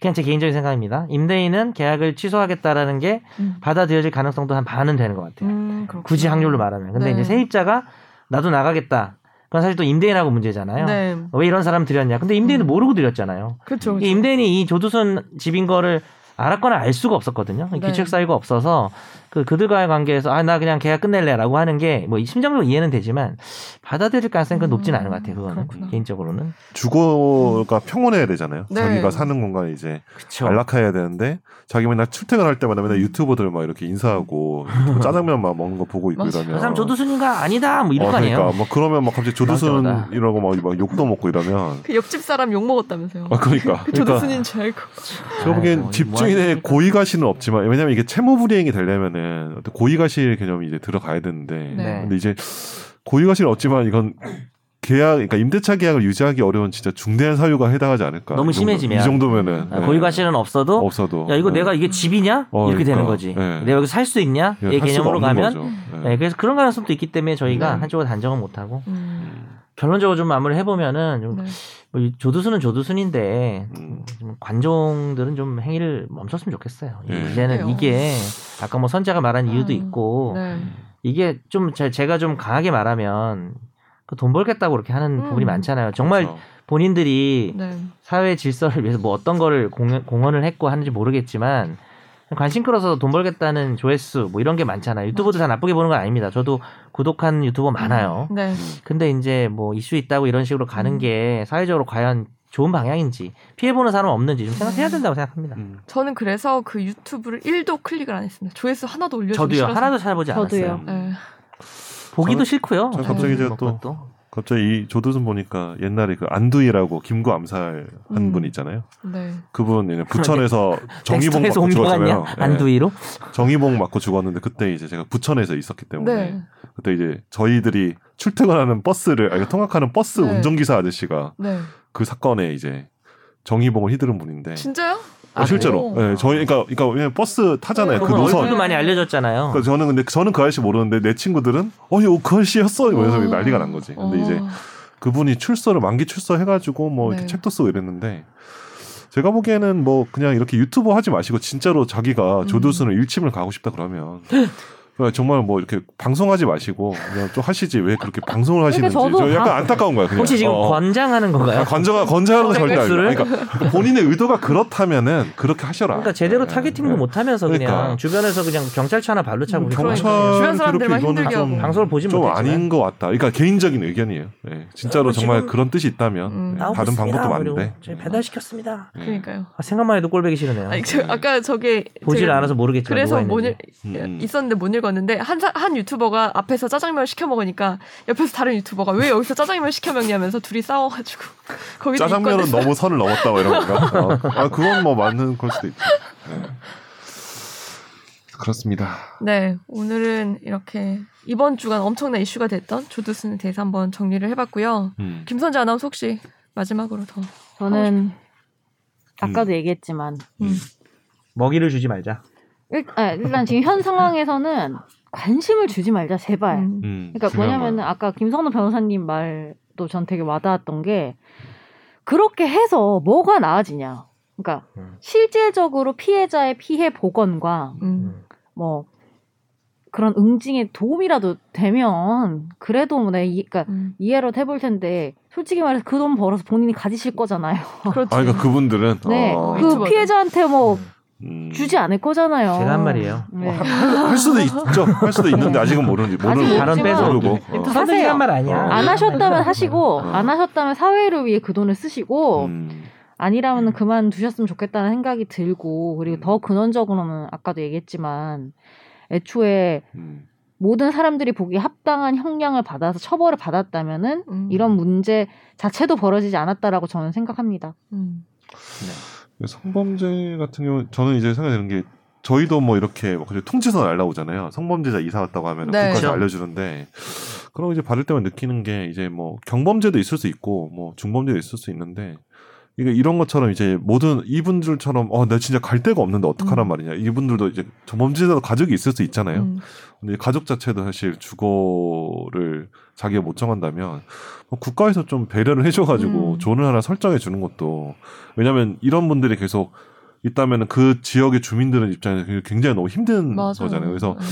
그냥 제 개인적인 생각입니다. 임대인은 계약을 취소하겠다라는 게 음. 받아들여질 가능성도 한 반은 되는 것 같아요. 음, 그렇구나. 굳이 확률로 말하면. 근데 네. 이제 세입자가 나도 나가겠다. 그건 사실 또 임대인하고 문제잖아요. 네. 왜 이런 사람 들였냐? 근데 임대인은 음. 모르고 들였잖아요. 그렇죠. 이 임대인이 이 조두순 집인 거를 알았거나 알 수가 없었거든요. 네. 규칙 사유가 없어서 그 그들과의 관계에서 아 나 그냥 계약 끝낼래라고 하는 게 뭐 심정적으로 이해는 되지만 받아들일 가능성이 그 높진 음, 않은 것 같아요. 그거는 그렇구나. 개인적으로는 주거가 평온해야 되잖아요. 네. 자기가 사는 공간이 이제 그렇죠. 안락해야 되는데 자기 맨날 출퇴근할 때마다 맨날 유튜버들 막 이렇게 인사하고 <laughs> 유튜브 짜장면 막 먹는 거 보고 있고 맞아. 이러면 그 사람 조두순인가 아니다 뭐 이럴 어, 거 아니에요. 그러니까 막 그러면 막 갑자기 조두순 맞아. 이러고 막, 막 욕도 먹고 이러면 그 옆집 사람 욕 먹었다면서요. <laughs> 어, 아 그러니까 그 그러니까 조두순인 줄 알고. 제가 보기엔 아이고, 집주인의 뭐하니? 고의가시는 없지만 왜냐면 이게 채무 불이행이 되려면은 어떤 고의가시 개념이 이제 들어가야 되는데 네. 근데 이제 고의가실 없지만 이건 계약, 그러니까 임대차 계약을 유지하기 어려운 진짜 중대한 사유가 해당하지 않을까. 너무 이 정도- 심해지면. 이 정도면은 아, 네. 고의과실은 없어도 없어도. 야 이거 네. 내가 음. 이게 집이냐 어, 이렇게 되는 그러니까. 거지. 네. 내가 여기서 살 수 있냐 예, 이 할 수가 개념으로 없는 가면 거죠. 네. 네, 그래서 그런 가능성도 있기 때문에 저희가 네. 한쪽으로 단정은 못하고 음, 결론적으로 좀 마무리 해보면은 좀 네. 뭐이 조두순은 조두순인데 음. 좀 관종들은 좀 행위를 멈췄으면 좋겠어요. 예. 이제는 그래요. 이게 아까 뭐 선자가 말한 이유도 음, 있고 네. 이게 좀 제- 제가 좀 강하게 말하면 그 돈 벌겠다고 그렇게 하는 음. 부분이 많잖아요. 정말 그렇죠. 본인들이 네. 사회 질서를 위해서 뭐 어떤 거를 공헌, 공헌을 했고 하는지 모르겠지만 관심 끌어서 돈 벌겠다는 조회수 뭐 이런 게 많잖아요. 유튜브도 다 나쁘게 보는 건 아닙니다. 저도 구독한 유튜버 많아요. 네. 근데 이제 뭐 이슈 있다고 이런 식으로 가는 음. 게 사회적으로 과연 좋은 방향인지 피해 보는 사람 없는지 좀 생각해야 된다고 생각합니다. 음. 저는 그래서 그 유튜브를 1도 클릭을 안 했습니다. 조회수 하나도 올려주기 저도요. 싫어서. 하나도 찾아보지 저도요. 않았어요. 네. 보기도 저는- 싫고요. 네, 뭐 저는 갑자기 제가 먹고 또- 갑자기 이 조두순 보니까 옛날에 그 안두희라고 김구 암살 한 음. 분 있잖아요. 네. 그분 이제 부천에서 정의봉 텍스트에서 맞고 죽었잖아요. 옮겨갔냐? 예. 안두이로? 정의봉 맞고 죽었는데 그때 이제 제가 부천에서 있었기 때문에 네. 그때 이제 저희들이 출퇴근하는 버스를 아니, 통학하는 버스 네. 운전기사 아저씨가 네. 그 사건에 이제 정의봉을 휘두른 네. 분인데 진짜요? 아, 실제로 오. 예, 저희 그러니까 그러니까 왜냐면 버스 타잖아요 네, 그 그분 노선 얼굴도 많이 알려졌잖아요. 그러니까 저는 근데 저는 그 아저씨 모르는데 내 친구들은 어이 어, 그 아저씨였어 이러면서 어. 난리가 난 거지 근데 어. 이제 그분이 출소를 만기 출소해가지고 뭐 이렇게 네. 책도 쓰고 이랬는데 제가 보기에는 뭐 그냥 이렇게 유튜브 하지 마시고 진짜로 자기가 음. 조두순을 일침을 가고 싶다 그러면 그냥 정말 뭐 이렇게 방송하지 마시고 그냥 좀 하시지 왜 그렇게 방송을 하시는지 저도 저 약간 방- 안타까운 거야 그냥 혹시 지금 어, 어. 권장하는 건가요? 아, 건전한 건전한 건 절대 아니야. 백수를? 아니, 그러니까 본인의 의도가 그렇다면은 그렇게 하셔라. 그러니까 제대로 예, 타겟팅도 예. 못하면서 그 그러니까. 냥 주변에서 그냥 경찰차 하나 발로 차고 음, 경찰- 그러니까 주변 사람들만 괴롭히기는 힘들게 좀 하고. 방송을 보진 좀 못했지만 아닌 것 같다. 그러니까 개인적인 의견이에요. 예, 진짜로 어, 정말 지금 그런 뜻이 있다면 음. 예, 나오고 다른 있습니다. 방법도 그리고 많은데. 저희 배달시켰습니다. 예. 그러니까요. 아, 생각만 해도 꼴보기 싫으네요. 아니, 저, 아까 저게 음. 보질 제가 않아서 모르겠지만 그래서 누가 못 읽, 있는지. 음. 있었는데 못 읽었는데 한, 사- 한 유튜버가 앞에서 짜장면을 시켜 먹으니까 옆에서 다른 유튜버가 왜 여기서 짜장면을 시켜 먹냐면서 둘이 싸워가지고 <laughs> 거기서 짜장면은 입건됐어요. 너무 선을 넘었다 뭐 이런 건가? 어. 아 그건 뭐 맞는 걸 수도 있죠. 네. 그렇습니다. 네 오늘은 이렇게 이번 주간 엄청난 이슈가 됐던 조두순에 대해서 한번 정리를 해봤고요. 음. 김선재 아나운서 혹시 마지막으로 더 네. 음. 저는 아까도 얘기했지만 음. 먹이를 주지 말자. 일, 아, 일단 지금 현 상황에서는 관심을 주지 말자 제발. 음. 음, 그러니까 중요한 뭐냐면은 거예요. 아까 김선우 변호사님 말도 전 되게 와닿았던 게 그렇게 해서 뭐가 나아지냐. 그러니까 음. 실질적으로 피해자의 피해 보건과 음. 뭐 그런 응징에 도움이라도 되면 그래도 뭐 내가 이, 그러니까 음. 이해로 해볼 텐데 솔직히 말해서 그 돈 벌어서 본인이 가지실 거잖아요. 그렇죠. 아 그러니까 그분들은 네, 어, 그 유튜버들. 피해자한테 어, 뭐 음, 주지 않을 거잖아요. 제가 한 말이에요. 네. 할 수도 있죠. 할 수도 있는데 아직은 모르는지 모르고 아직은 발언 빼서 모르지만- 모르고. 어. 하세요. 선생님 한말 아니야. 안 하셨다면 네. 하시고 음. 안 하셨다면 사회를 위해 그 돈을 쓰시고 음, 아니라면 그만 두셨으면 좋겠다는 생각이 들고 그리고 더 근원적으로는 아까도 얘기했지만 애초에 음. 모든 사람들이 보기 합당한 형량을 받아서 처벌을 그 받았다면은 음. 이런 문제 자체도 벌어지지 않았다라고 저는 생각합니다. 음. 성범죄 같은 경우 저는 이제 생각되는 게 저희도 뭐 이렇게 막 그냥 통지서 날라오잖아요. 성범죄자 이사 왔다고 하면 네. 국가에서 그렇죠. 알려주는데 그럼 이제 받을 때만 느끼는 게 이제 뭐 경범죄도 있을 수 있고 뭐 중범죄도 있을 수 있는데 이게 이런 것처럼 이제 모든 이분들처럼 어 나 진짜 갈 데가 없는데 어떡하란 음. 말이냐 이분들도 이제 저 범죄자도 가족이 있을 수 있잖아요. 음. 근데 가족 자체도 사실 주거를 자기가 못 정한다면 뭐 국가에서 좀 배려를 해줘가지고 음. 존을 하나 설정해 주는 것도 왜냐하면 이런 분들이 계속 있다면은 그 지역의 주민들은 입장에서 굉장히 너무 힘든 맞아요. 거잖아요. 음, 그래서 네.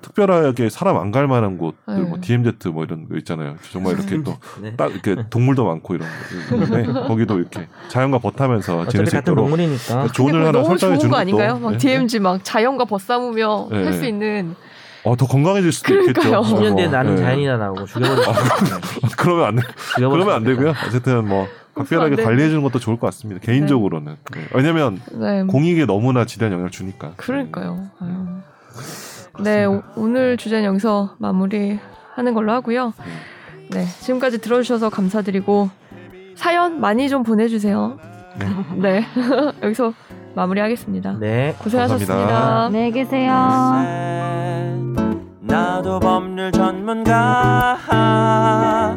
특별하게 사람 안 갈 만한 곳들 네. 뭐 DMZ 뭐 이런 거 있잖아요. 정말 이렇게 또 딱 네. 이렇게 동물도 많고 이런 거 있는데 <laughs> 거기도 이렇게 자연과 버타면서 지낼 어차피 수 같은 있도록 동물이니까. 근데 존을 그거 하나 뭐 너무 설정해 좋은 주는 거 것도 아닌가요? 막 네. DMG 막 자연과 벗싸무며 네. 할 수 있는 어, 더 건강해질 수도 그러니까요. 있겠죠. 10년 뒤에 어, 나는 네. 자연이다 나오고 죽여버리고 <laughs> 그러면 안 돼. 죽여버리고 그러면 안 되고요. 어쨌든 뭐 각별하게 안 돼. 관리해 주는 것도 좋을 것 같습니다. 개인적으로는 네. 왜냐하면 네. 공익에 너무나 지대한 영향을 주니까. 그러니까요. 아유. 음, 네, 오, 그렇습니다. 늘 주제는 여기서 마무리하는 걸로 하고요. 음. 네, 지금까지 들어주셔서 감사드리고 사연 많이 좀 보내주세요. <laughs> 네, 여기서 마무리하겠습니다. 네. 고생하셨습니다. 네. 감사합니다. 안녕히 계세요. 나도 법률 전문 전문가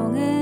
의